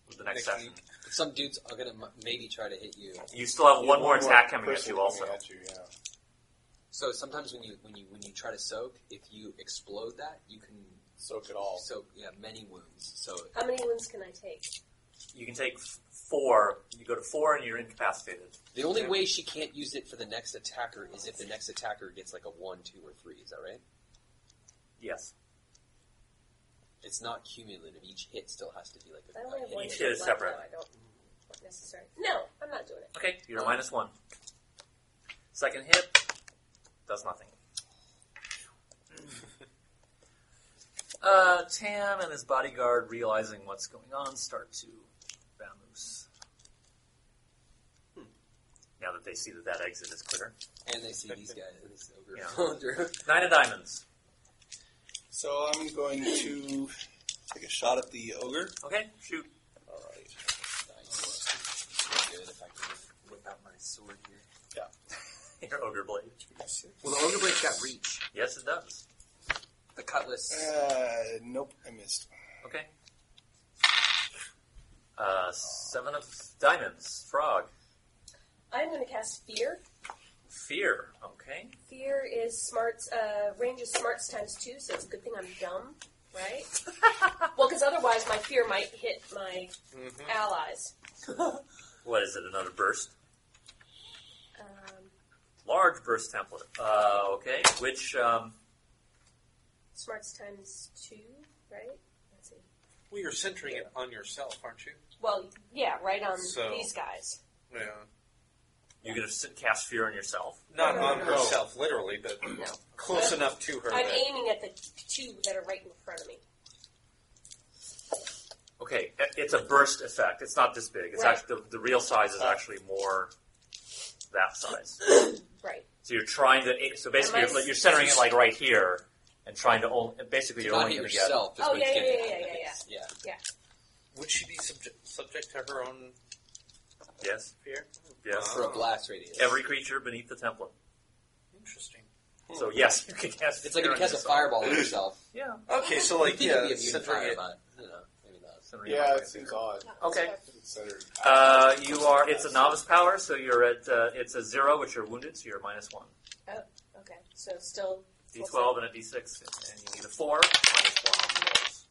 with the next
next
session.
Some dudes are going to maybe try to hit you.
You still have one more attack coming at
person
you, also.
coming at you, yeah.
So sometimes when you when you when you try to soak, if you explode that, you can
Soak it all.
soak yeah many wounds. So
How many wounds can I take?
You can take f- four. You go to four, and you're incapacitated.
the only way she can't use it for the next attacker is if the next attacker gets like a one, two, or three. Is that right?
Yes.
It's not cumulative. Each hit still has to be like
I
a,
only have
a
one.
Each
hit.
hit is
left, so
separate.
I don't. Not necessary. No, I'm not doing it.
Okay, you're minus one. Second hit does nothing. Uh, Tam and his bodyguard, realizing what's going on, start to vamoose. Now that they see that that exit is clear.
And they see these guys, this ogre
Yeah.
going through.
Nine of diamonds.
So I'm going to take a shot at the ogre.
Okay, shoot.
All right.
Nice. Good if I can whip out my sword here.
Your ogre blade.
Well, the ogre blade's got reach.
Yes, it does.
The cutlass.
Uh, nope, I missed.
Okay. Uh, seven of diamonds. Frog.
I'm going to cast Fear.
Fear. Okay.
Fear is smarts, uh, range is smarts times two, so it's a good thing I'm dumb, right? well, because otherwise my fear might hit my allies.
What is it? Another burst?
Um,
Large burst template. Uh, okay. Which um,
smarts times two, right? Let's see.
Well, you're centering it on yourself, aren't you?
Well, yeah, right on
So-
these guys.
Yeah.
you're going to cast fear on yourself.
Not
No, no,
on
no.
herself, literally, but close enough to her.
I'm
that-
aiming at the two that are right in front of me.
Okay, i- it's a burst effect. It's not this big. It's
Right.
actually the, the real size is actually more that size.
Right.
So you're trying to. So basically,
Am I-
you're, like- you're centering it like right here and trying to only. Basically, you're
not
only
hit
going to get.
yourself. is
Oh,
what it's
yeah, yeah,
getting
yeah,
at.
yeah, yeah,
yeah.
Would she be subject, subject to her own
Yes.
fear?
Yes.
For a blast radius.
Every creature beneath the template.
Interesting.
So yes, you can cast.
It's like
fear
if you
on
cast a
yourself.
fireball at yourself.
Yeah.
Okay, so
You
like
think it'd
yeah,
be immune to
centering
fire,
it.
but, you know, maybe not.
Centering
Yeah,
it
it
right
seems
there.
odd.
Okay.
Centered.
Uh, you are. It's a novice power, so you're at. Uh, it's a zero, which you're wounded, so you're minus one.
Okay. So still.
D12 and a D6, and you need a four. Minus one on the rolls.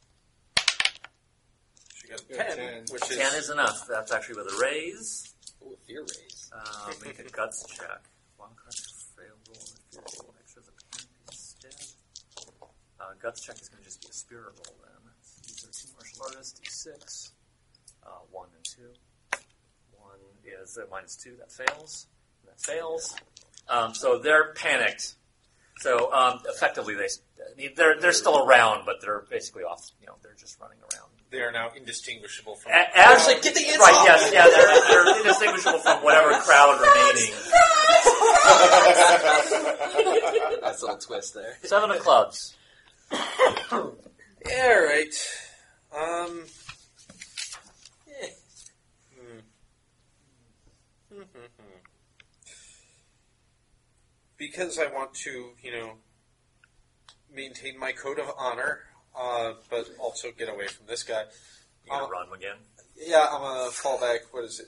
She got
Yeah,
ten,
ten.
which is,
Ten is enough. That's actually with a raise.
Ooh, a fear raise.
Uh, make a guts check. One card fail roll if you roll extra the pain instead. Uh, guts check is going to just be a spirit roll then. These are two martial artists, d6. Uh, one and two. One is a minus two, that fails. And that fails. Um, so they're panicked. So um, effectively, they s- they're they're still around, but they're basically off. You know, they're just running around.
they are now indistinguishable from.
A- as-
Actually, get the ants
right,
off
yes,
me.
yeah, they're, they're indistinguishable from whatever crowd remaining.
That's a little twist there.
Seven of clubs.
yeah, right. Um. eh. Hmm. Hmm, hmm, hmm. Because I want to, you know, maintain my code of honor, uh, but also get away from this guy.
You gonna
Uh,
run again?
Yeah, I'm gonna fall back. What is it?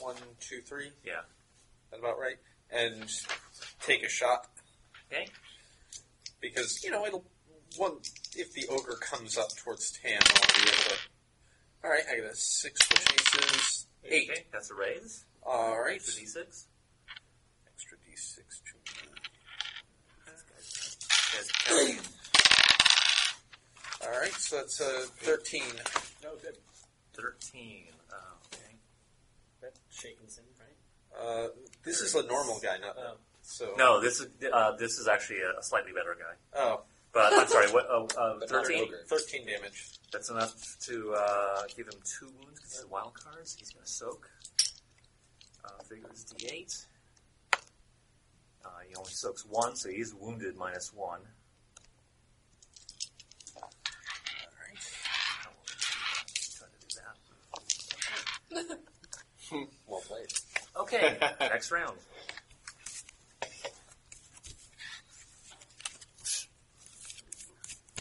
One, two, three.
Yeah.
that about right. And take a shot
Okay.
because you know it'll. One, if the ogre comes up towards Tam, I want to be able to. All right, I got a six, which is eight.
Okay, that's a raise.
All right,
It's a d6.
extra d6 to
Yes, okay.
All right, so that's a thirteen.
No, good.
13. Oh, okay.
That shakens him, right?
Uh, this is a normal guy, not
Oh.
so.
No, this is uh, this is actually a, a slightly better guy.
Oh,
But I'm sorry, what? Oh, uh,
But not an
13?
ogre.
13 damage.
That's enough to uh, give him two wounds. 'cause He's a wild card, so he's going to soak. Uh, figures d8. Uh, he only soaks one, so he's wounded minus one.
All right.
I will try to do that.
Well played.
Okay, next round.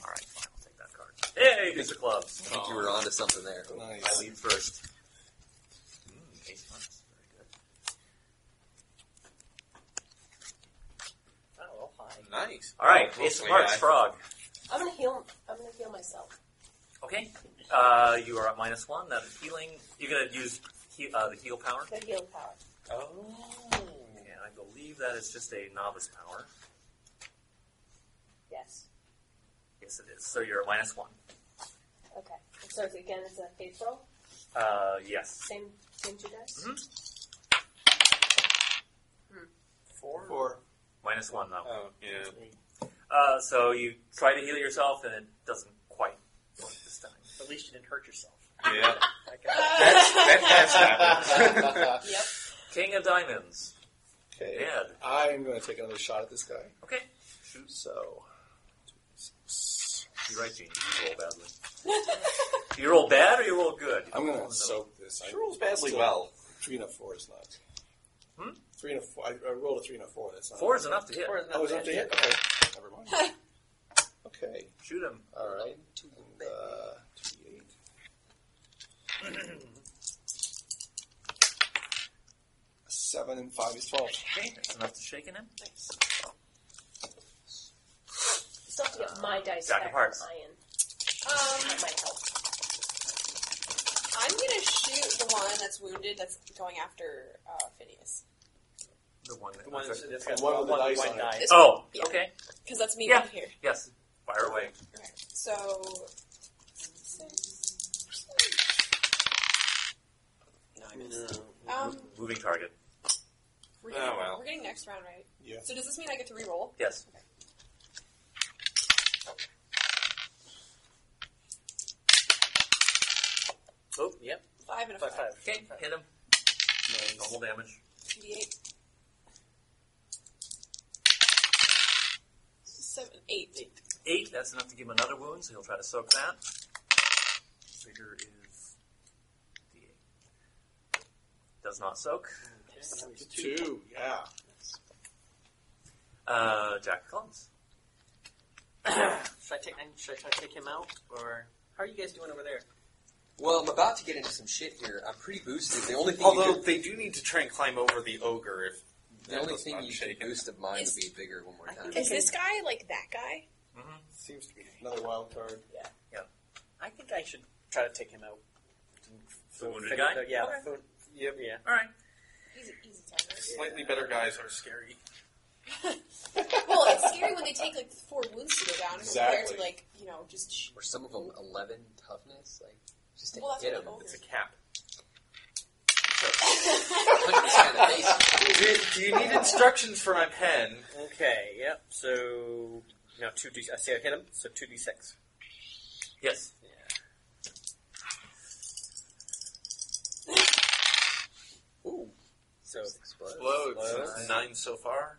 All right, fine, I'll take that card. Hey, these are clubs.
I think you were onto something there.
I
Nice.
lead first. Mm, ace punch, very good.
Oh, well, hi.
Nice.
All right,
Oh,
ace of
hopefully
hearts,
I-
frog.
I'm gonna heal. I'm gonna heal myself.
Okay, uh, you are at minus one. That is healing. You're gonna use he- uh, the heal power,
The heal power.
Oh.
and I believe that is just a novice power.
Yes.
Yes, it is. So you're at minus one.
Okay. So it's- again, it's a faith roll.
Uh, yes.
Same, same two dice.
Mhm.
Four?
Four.
Minus one though.
Oh, yeah.
Uh, so you try to heal yourself, and it doesn't quite work this time.
At least you didn't hurt yourself.
Yeah.
That guy-
That's, that has happened.
Yep.
King of Diamonds.
Okay.
Dead.
I'm going to take another shot at this guy.
Okay.
So,
You're right, Gene. You roll badly. you roll bad or you roll good?
I'm going to soak this. I
She rolls badly
still-
well.
Three and a four is not.
Hmm?
Three and a four. I, I rolled a three and a four. That's not.
Four is enough to hit.
Oh, is that to hit? Okay. Never mind. okay.
Shoot him.
All right. And, uh, 2d8. Seven and five is twelve.
Okay, that's enough to shaken him.
Still have to get my dice
Jack of
back.
hearts.
Ian.
Um,
That might help.
I'm gonna shoot the one that's wounded that's going after uh, Phineas.
The one. That,
The one that's, that's got
One with the
one
dice
white
on it.
die.
This
oh,
Yeah.
okay.
Because that's me
Yeah.
right here.
Yes. Fire away.
Okay. So. six. No, I missed. Um,
Moving target.
we're
Oh,
getting,
well.
we're getting next round, right?
Yeah.
So does this mean I get to re-roll?
Yes.
Oh, yep.
Five and a
Five,
five.
five.
Okay, hit him. Normal damage.
D8. Seven, eight.
Eight. That's enough to give him another wound, so he'll try to soak that. Figure is D8. Does not soak.
Two. Yeah.
Uh, Jack Collins.
Should I take? and Should I try to take him out, or how are you guys doing over there?
Well, I'm about to get into some shit here. I'm pretty boosted. The only thing you
Although
could,
they do need to try and climb over the ogre if
the only
that's
thing
not
you could
shaken.
boost of mine
Is-
would be bigger one more
I
time.
think
Is this guy like that guy?
Seems to be another wild card.
I think I should try to take him out.
The wounded
Figure
guy?
it out. Yeah.
Okay.
food- yep, Yeah.
All right.
He's an easy target.
Slightly better guys are scary.
well, it's scary when they take like four wounds to go down compared
Exactly.
to like you know just. Sh-
Or some of them, 11 toughness. Like, just to
well, that's
hit
what
them.
the ogre.
It's a cap.
Look
Do, do you need instructions for my pen?
Okay. Yep. So now two d. I say I hit him. So two d six.
Yes.
Ooh. So
It's Nine so far.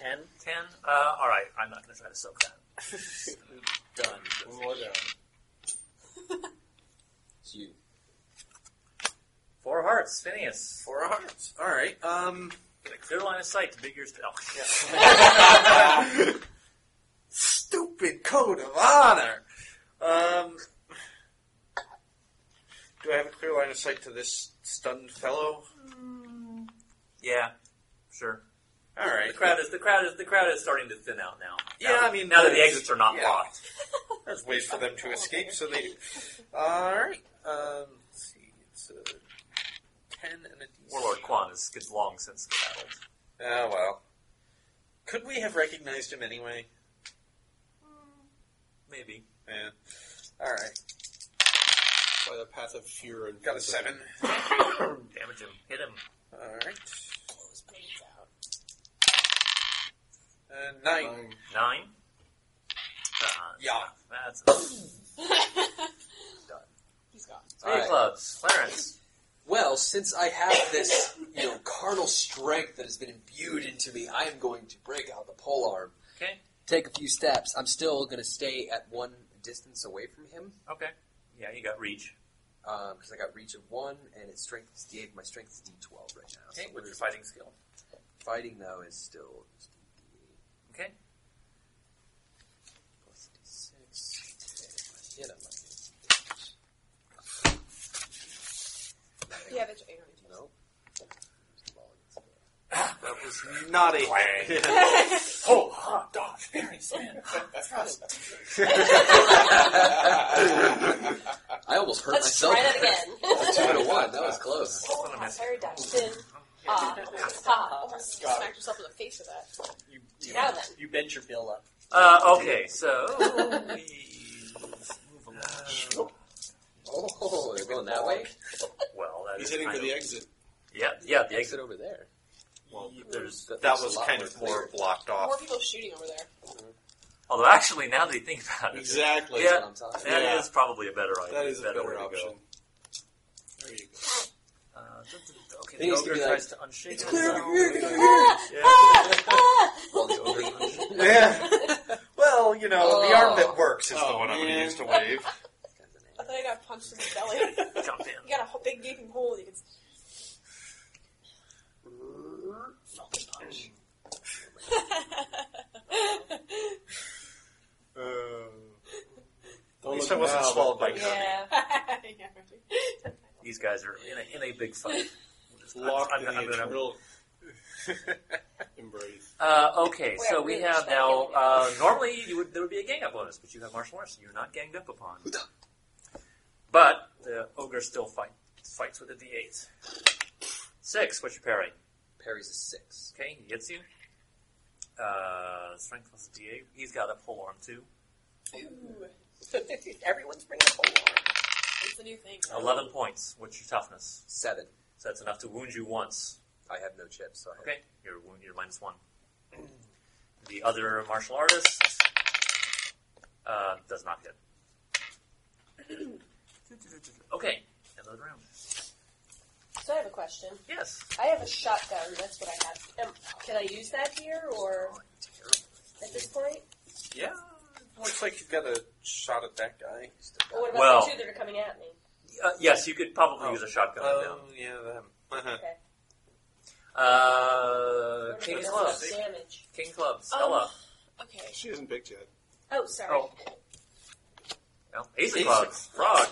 ten.
Ten. Uh, all right. I'm not going to try to soak that.
Done.
One more down.
It's you.
Four hearts. Phineas.
Four hearts. All right. Um.
Get a clear line of sight to big ears. Oh,
Stupid code of honor. Um. Do I have a clear line of sight to this stunned fellow?
yeah. Sure.
All right.
The crowd is the crowd is the crowd is starting to thin out now.
Yeah,
Now-
I mean,
now that the
it's-
exits are not
yeah.
locked.
There's ways for them to escape, so they. All right. Um. Let's see. It's a ten and a D6.
Warlord Quan is is long since battled.
Oh well. Could we have recognized him anyway?
Maybe.
Yeah. All right.
By the path of fear and
Got a seven.
Damage him. Hit him.
All right. Uh, nine.
Nine.
Nine. Uh,
Yeah.
that's
He's gone.
All
three
right.
clubs. Clarence.
Well, since I have this, you know, carnal strength that has been imbued into me, I am going to break out the pole arm.
Okay.
Take a few steps. I'm still going to stay at one distance away from him
Okay. Yeah, you got reach.
because I got reach of one, and it's strength is D8. My strength is D12 right now.
Okay.
so
With
we're
your fighting skill.
fighting though is still just D8
Okay.
plus D6. Ten. If I hit him, I hit.
Yeah, that's eight or
No. There's lollies there.
That was
Not a.
oh hot dodge. Very
I almost hurt
Let's
myself.
try that again.
Two to one. That was close.
oh,
Gonna
wow,
miss it.
very Dutchman. Ah, ha.
Almost smacked yourself in the face with that.
You,
Now then.
you bend your bill up.
Uh, okay, so we move along.
Oh, they're going that way.
Well, that
He's
is
hitting
kind
for the
of-
exit.
Yeah, yeah, the exit.
Exit over there.
Well, there's
That
looks a
was
lot
kind of
clear.
more blocked
More
off.
people shooting over there.
Although, actually, now that you think about it,
Exactly.
Yeah.
That's what I'm talking about.
that
Yeah.
is probably a better idea.
That is a better
way to
option.
go.
There you go.
Uh, th- th- And
It
the
needs to
ogre
be like,
tries to unshake
It's
it.
clear
So-
over here. Get over here.
Ah,
Yeah.
ah, ah.
While the ogre punches it.
Yeah. well, you know, the arm
Oh.
that works is the
Oh,
one I'm going
man.
to use to wave.
That's an
I
ass.
thought I got punched in the belly.
Jump in.
you got a ho- big gaping hole. You can.
At least I wasn't swallowed by Kirby.
Yeah.
yeah, right.
These guys are in a, in a big fight.
Locked
I'm- I'm
in a
gonna-
real embrace.
Uh, okay,
Wait,
so
wait,
we
which
have
one
now.
again?
Uh, normally, you would, there would be a gang up bonus, but you have martial arts. You're not ganged up upon. But the ogre still fight, fights with a d8. Six. What's your parry?
Parry's a six.
Okay, he hits you. Uh, strength plus a d8. He's got a pole arm too.
Everyone's bringing a whole arm.
It's the new thing.
Eleven points. What's your toughness?
Seven.
So that's enough to wound you once.
I have no chips, so I have
Okay, you're wound, you're minus one. The other martial artist uh, does not hit. Okay, end of the round.
So I have a question.
Yes.
I have a shotgun. That's what I have. Um, can I use that here or at this point?
Yeah.
Looks like you've got a shot at that guy.
Or what about
Well-
the two that are coming at me?
Uh, yes, you could probably use a shotgun at them.
Oh, yeah, them. Uh-huh.
Okay.
Uh,
What
King
about
Clubs.
the damage?
King Clubs.
Um,
Ella.
Okay.
She isn't picked yet.
Oh, sorry.
Oh. No, Ace of
Ace
Clubs. Frog.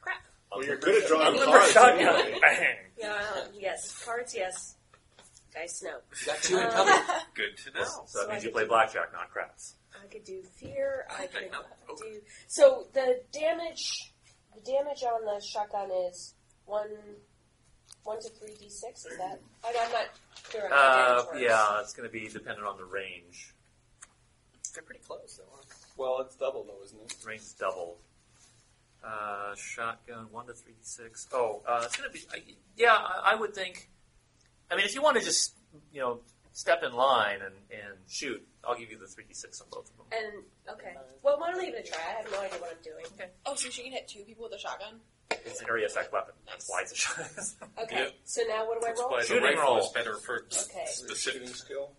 Crap.
Well, you're good at drawing
Limber
cards.
shotgun.
anyway.
Bang.
Yeah. Yes. Cards. Yes. Dice. No.
You got two in
Uh,
common.
Good to know.
So that means you play blackjack, not craps.
I could do fear. I could
no. Oh.
do. So the damage, the damage on the shotgun is one, one to three d six. Is that? I, I'm not clear on how
Uh,
damage works.
yeah, it's going to be dependent on the range.
They're pretty close, though. Aren't
Well, it's double though, isn't it?
Range is double. Uh, shotgun one to three six. Oh, uh, it's gonna be. I, yeah, I, I would think. I mean, if you want to just you know step in line and, and shoot, I'll give you the three d six on both of them.
And okay. Well, why don't I even try? I have no idea what I'm doing.
Oh, so she can hit two people with a shotgun?
It's an area effect weapon. That's why it's a shot.
Okay.
Yep.
So now what do I
That's
roll?
why the
Shooting
rifle
roll.
is better for
Okay.
specific.
Shooting skill,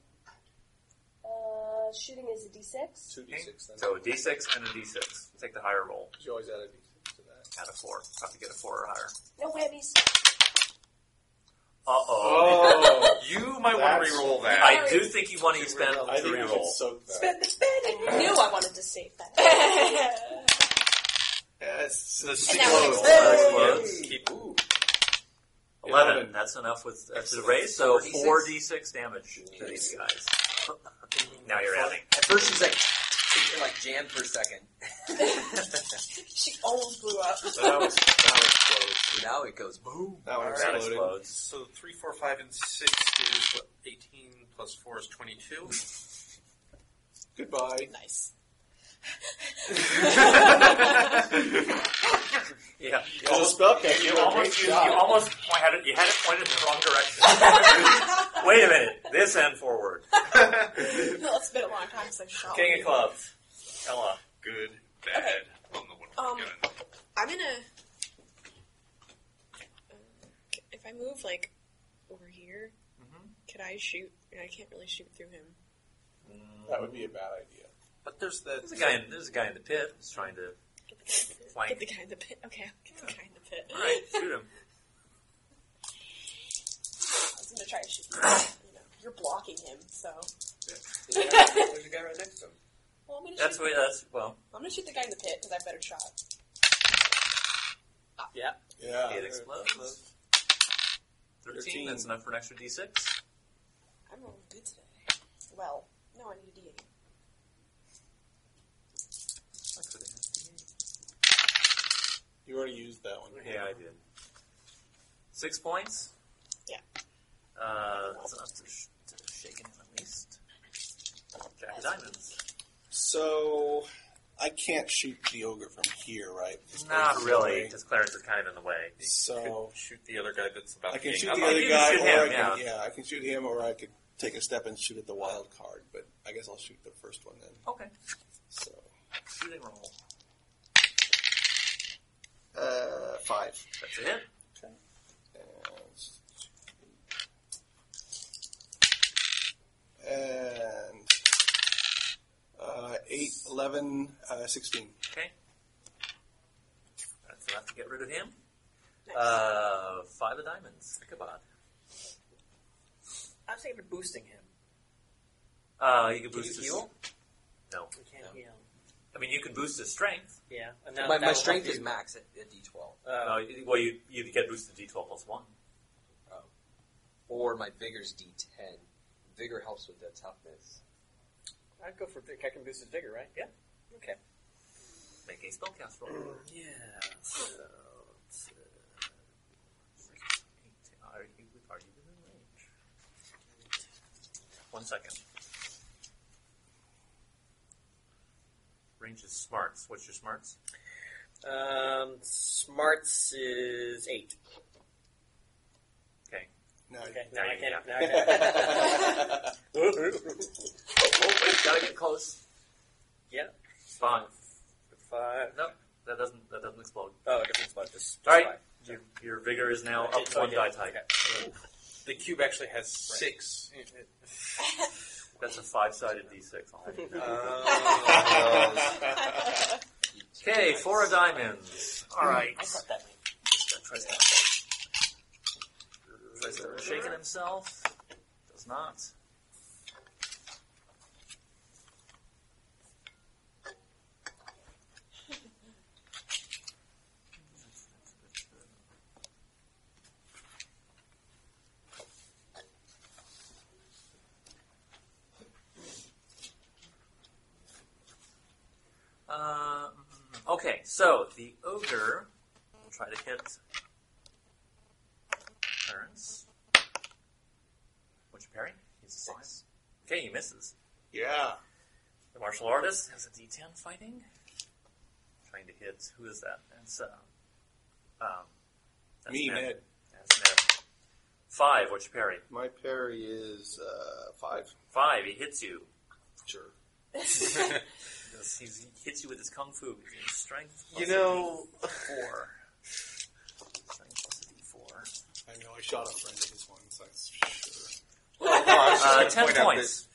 Uh, shooting is a d six.
two d six. Then
so a d six and a d six. Take the higher roll.
you always add a d six to that.
Add a four. Have to get a four or higher.
No whammies.
Uh oh.
Oh,
You might want to
That's-
re-roll that.
I do think you want to use spend
I
the
think you
reroll.
should soak that.
Spend the spin. I knew I wanted to save that.
Yes.
The
that
explodes.
one
explodes.
Explodes. Keep
Ooh,
11.
Eleven.
That's enough with uh, to the raise. So
4d6.
4d6 damage to these
Nice.
guys. now you're adding.
At first, she's like, she's like jammed for a second.
She almost blew up.
That was that was close.
now it goes boom.
That one
All right.
That
exploded.
explodes.
So three, four, five, and six is what? Eighteen plus four is twenty-two.
Goodbye.
Nice.
Yeah. You
As a
almost, you
spellcaster, you're a great
almost, you, you
shot.
almost point- had, it, you had it pointed in the wrong direction. Wait a minute. This end forward.
No, it's been a long time since I shot.
King of clubs. Ella.
Good, bad. I'm the one with the
Um,
gun.
I'm gonna. If I move like over here,
Mm-hmm.
could I shoot? I can't really shoot through him.
That would be a bad idea.
But there's that.
There's a guy in, there's a guy in the pit who's trying to
Get
flank.
the guy in the pit. Okay, I'll get the guy in the pit.
All right, shoot him.
I was gonna try to shoot. you know, you're blocking him, so
There's a guy- there's a guy right next to him.
well, I'm gonna
That's
shoot.
what, that's, well,
I'm gonna shoot the guy in the pit because I have better shot.
Yeah.
it explodes. 13,
Thirteen.
that's enough for an extra d6.
I'm rolling good today. Well, no, I need a D8.
You already used that one.
Yeah, I did. Six points?
Yeah.
Uh, that's enough to, sh- to shake him at least. Jack of diamonds.
So I can't shoot the ogre from here, right?
Not
Because
really,
it's
because Clarence is kind of in the way. Oh,
away. So
Could shoot the other guy that's about
I can
to
shoot
gang
the
up on
other
you.
can
guy,
shoot
or
him,
I can,
yeah.
yeah, I can shoot him, or I could take a step and shoot at the wild card. But I guess I'll shoot the first one then.
Okay.
So
Shooting roll.
uh, five.
That's a hit.
And And uh, 8, 11, uh, 16.
Okay. Alright, so we'll have to get rid of him. Uh, five of diamonds. Ichabod.
I was thinking of boosting him.
Uh, you can
Can
boost
you
his.
heal?
No.
We can't
No.
heal.
I mean, you can boost his strength.
Yeah. And that,
my
that
my
will
strength
help
is
you.
max at, at D12,
No,
Uh,
you- well, you you get boosted to D12 plus one.
or my vigor's D10. Vigor helps with the toughness.
I'd go for Vic. I can boost his vigor, right? Yeah. Okay.
Make a spellcast roll.
Yeah. So,
Are you are you within range? One second. Range is smarts. What's your smarts?
um, smarts is eight.
Okay.
No,
Okay.
Now
Now I
you-
can.
yeah.
Now I can.
Oh, wait, gotta get close.
yeah.
Fine.
Five.
No, that doesn't that doesn't explode.
Oh, it doesn't explode. Just, just
All right.
five.
Your, your vigor is now
Oh,
up
yeah,
one die
okay.
type.
The cube actually has six.
That's a five-sided d6. I'll have you know.
Oh.
Okay, four of diamonds. All right.
I thought that meant
Tristan shaking himself. Does not. Uh, okay, so the ogre will try to hit Clarence. What's your parry? He's a five. Okay, he misses.
Yeah.
The martial artist has a D10 fighting. Trying to hit. Who is that? That's uh, um, that's
Me,
Ned.
Ned.
That's Ned. Five. What's your parry?
My parry is uh, 5.
Five. He hits you.
Sure.
He's- he's- he hits you with his kung fu. His Strength.
You
plus
know,
a four. Strength plus a D4.
I know I shot a friend of his once. I sure.
well, no, I was just
Uh,
gonna
ten
point out
points.
that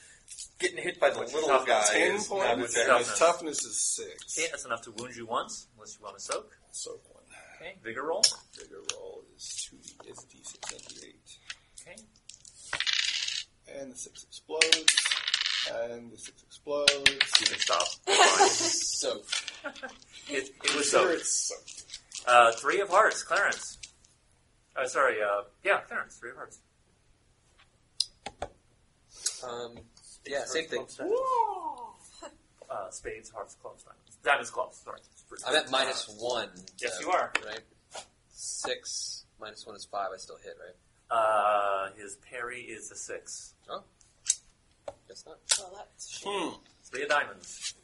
Getting hit by the
What's
little
tough?
guy
Ten
is not
points.
a
Toughness.
His toughness is six.
Okay, that's enough to wound you once, unless you want to soak.
So one.
Okay, vigor roll.
Bigger roll is two. D. Is D six and D eight,
Okay,
and the six explodes, and the six explodes.
you can stop.
So
It, it was
Sure,
soaked.
it's soaked.
Uh, three of hearts, Clarence. Uh, sorry, uh, yeah, Clarence, three of hearts.
Um, yeah, same thing.
Uh, spades, hearts, clubs, diamonds. Diamonds, clubs, sorry.
I'm at minus one.
Yes,
so,
you are.
Right. Six minus one is five. I still hit, right?
Uh, his parry is a six.
Guess not.
Well, that's
Hmm.
Three of diamonds.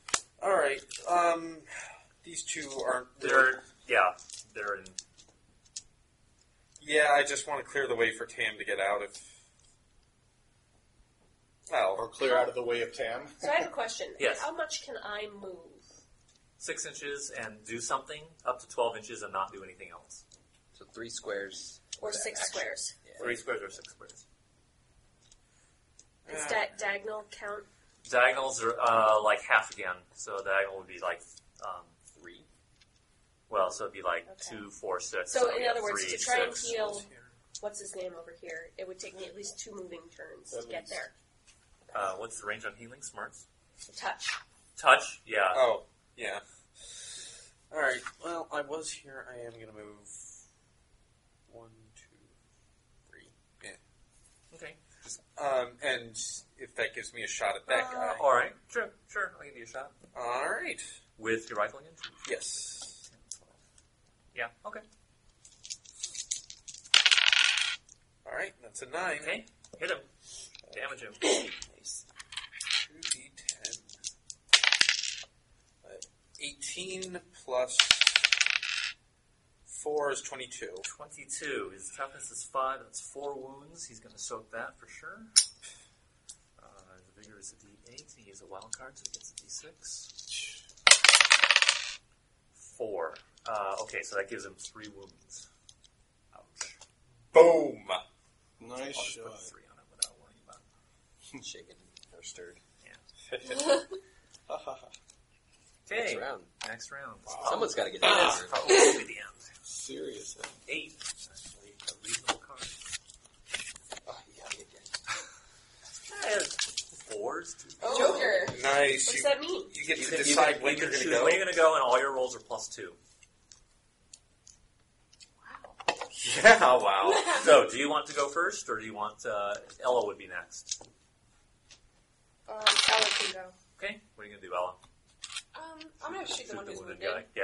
All right. Um, these two aren't.
They're, yeah, they're in,
Yeah, I just want to clear the way for Tam to get out. If
Or
well,
clear out of the way of Tam.
So I have a question.
Yes.
How much can I move?
six inches and do something up to 12 inches and not do anything else.
So three squares.
Or
is
six
action.
squares?
Three squares or six squares.
Does di- diagonal count?
Diagonals are, uh, like half again, so diagonal would be like, um,
Three.
well, so it'd be like
Okay.
two, four, six.
So, in
yeah,
other words,
three,
to try
six.
and heal, what's his name over here? It would take me at least two moving turns to get there.
Uh, what's the range on healing? Smarts?
Touch.
Touch? Yeah.
oh yeah. All right. Well, I was here. I am gonna move. One, two,
Okay.
um, and if that gives me a shot at that guy,
Uh, all right. Sure. Sure. I'll give you a shot
all right.
with your rifle again.
Yes.
Yeah. Okay.
All right. That's a nine.
Okay. Hit him. Damage him.
Two d ten. Eighteen plus four is twenty-two.
Twenty-two. His toughness is five. That's four wounds. He's going to soak that for sure. Uh, the vigor is a D8. He is a wild card, so he gets a D6. Four. Uh, okay, so that gives him three wounds. Ouch.
Boom.
Nice
Put
shot.
three on it without worrying about it.
Shaken or stirred.
Ha, ha, ha.
Next
Okay,
round.
next round.
Someone's got to get the
That's
answer.
probably the end.
Seriously.
Eight. That's actually a reasonable card.
Oh, you gotta get the answer.
That is fours. Two.
Oh.
Joker.
Nice.
What
You,
does that mean?
you get
You
to
can- you
decide
can-
when
you
you're going
can
to
choose
go.
When you're going to go, and all your rolls are plus two.
Yeah, wow.
So, do you want to go first, or do you want uh, Ella would be next?
Um, Ella can go.
Okay, what are you gonna do, Ella?
Um, I'm gonna shoot the one who's wounded.
guy. Yeah.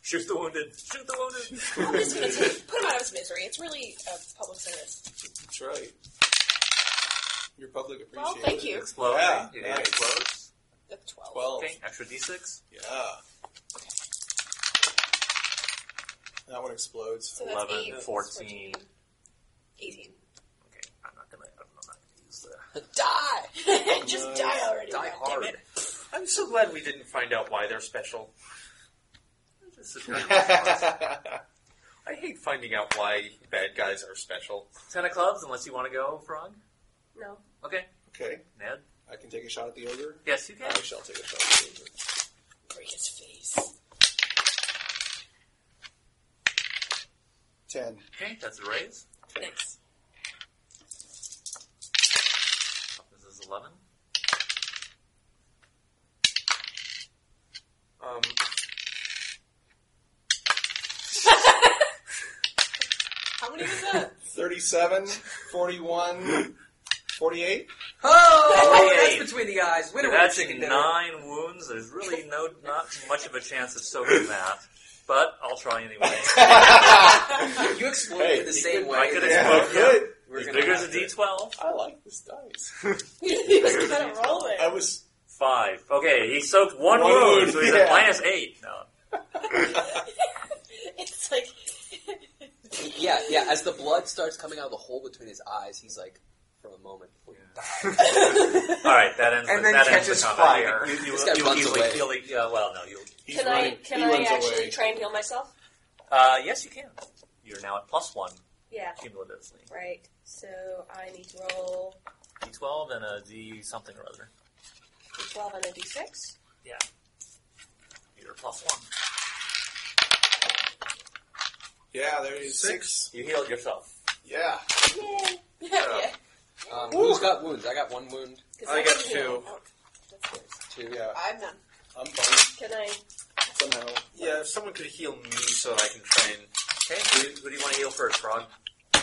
shoot the wounded. Shoot the wounded.
I'm just gonna take, put him out of his misery. It's really a public service.
That's right. Your public appreciation.
Well, thank you.
Explode.
Yeah,
right?
nice.
explodes.
That's twelve.
Twelve.
Okay, extra d6.
Yeah. That one explodes.
So that's
11,
eight,
14.
18.
Okay, I'm not gonna. I'm not gonna use that.
Die! Just
Nice.
die already.
Die
God damn
hard.
it.
I'm so glad we didn't find out why they're special.
This is really-
I hate finding out why bad guys are special.
Ten of clubs, unless you want to go, Frog.
No.
Okay,
Okay.
Ned.
I can take a shot at the ogre.
Yes, you can.
I shall take a shot at the ogre.
Break his face.
Ten.
Okay, that's a raise.
Nice.
This is 11.
Um,
How many was that?
37, 41, 48.
Oh,
Hey.
that's between the eyes. Winner with
That's
chicken dinner.
nine wounds. There's really no, not much of a chance of soaking that. But I'll try anyway.
You exploded
Hey,
the
you
same
could-
way.
I could
that-
Yeah,
explode.
good.
We're
As
gonna
big as a
have to-
d12.
I like this dice.
he was kind of rolling.
I was.
Five. Okay, he soaked one,
One
wound,
wound,
so he's
yeah.
at minus eight. No.
It's like.
Yeah, yeah. As the blood starts coming out of the hole between his eyes, he's like, for a moment.
All right, that ends.
And
the,
then
that
catches
ends the combat.
fire.
You, you,
This guy
you,
runs
easily
away.
feel the, uh, well, no, you.
He's
Can
running,
I can
he
I
runs
actually
away.
try and heal myself?
Uh, yes, you can. You're now at plus one
Yeah.
cumulatively.
Right. So I need to roll
D12 and a D something or other.
a twelve and a D six.
You're plus one.
Yeah, there he is. Six.
You healed yourself.
Yeah.
Yay.
yeah.
Um, who's got wounds? I got one wound.
'Cause
I
can
got
heal.
two.
Two.
Yeah.
I'm done.
I'm fine.
Can I
Somehow.
yeah, if someone could heal me so that I can try and.
Okay, who, who do you want to heal first, Frog?
I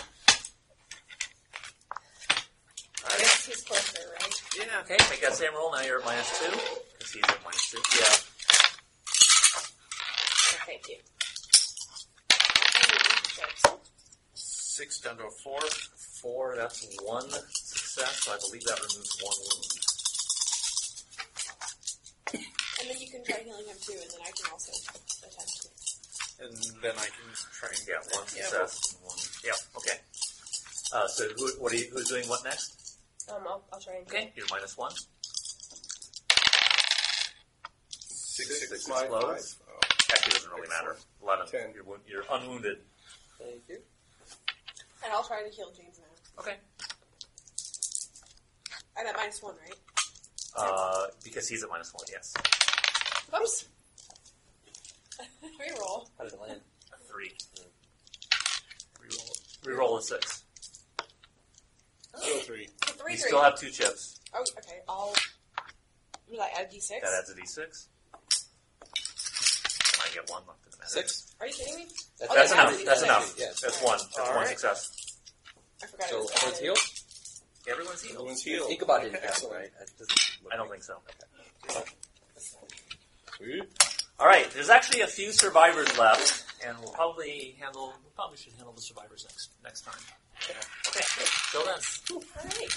guess he's closer, right?
Yeah.
Okay, make that same roll. Now you're at minus two. Because he's at minus two.
Yeah.
Oh, thank you.
Six down to a four.
Four, that's one success, so I believe that removes one wound.
And then you can try healing him too, and then I can also attempt.
And then I can try and
Yeah,
get one.
one success. and One. Yeah. Okay. Uh, so who, what are you, who's doing what next?
Um, I'll, I'll try and heal.
Okay, you're minus one.
Six, six,
six
five,
explodes.
five.
Actually, it doesn't really matter. Eleven.
Ten.
You're, wound- you're unwounded.
Thank you.
And I'll try to heal James now.
Okay.
I'm at minus one, right?
Uh, because he's at minus one. Yes.
Oops. Reroll.
How did it land?
A three. Reroll. Reroll a six.
Still three.
So Three,
you
three.
still have two chips.
oh, okay. I'll. Will I add d6?
That adds a d6. I get one left in the matter.
Six.
Are you kidding me?
That's,
Okay,
That's
I
enough.
already
That's
did
enough.
Yes.
That's one. That's
All
one
right.
success.
I forgot
So
it was
everyone's
added.
healed.
Everyone's healed.
Everyone's healed.
Ichabod didn't pass,
Excellent.
right? That doesn't look
I don't
right.
think so. All right, there's actually a few survivors left, and we'll probably handle. We probably should handle the survivors next next time. Okay, till then.
All right.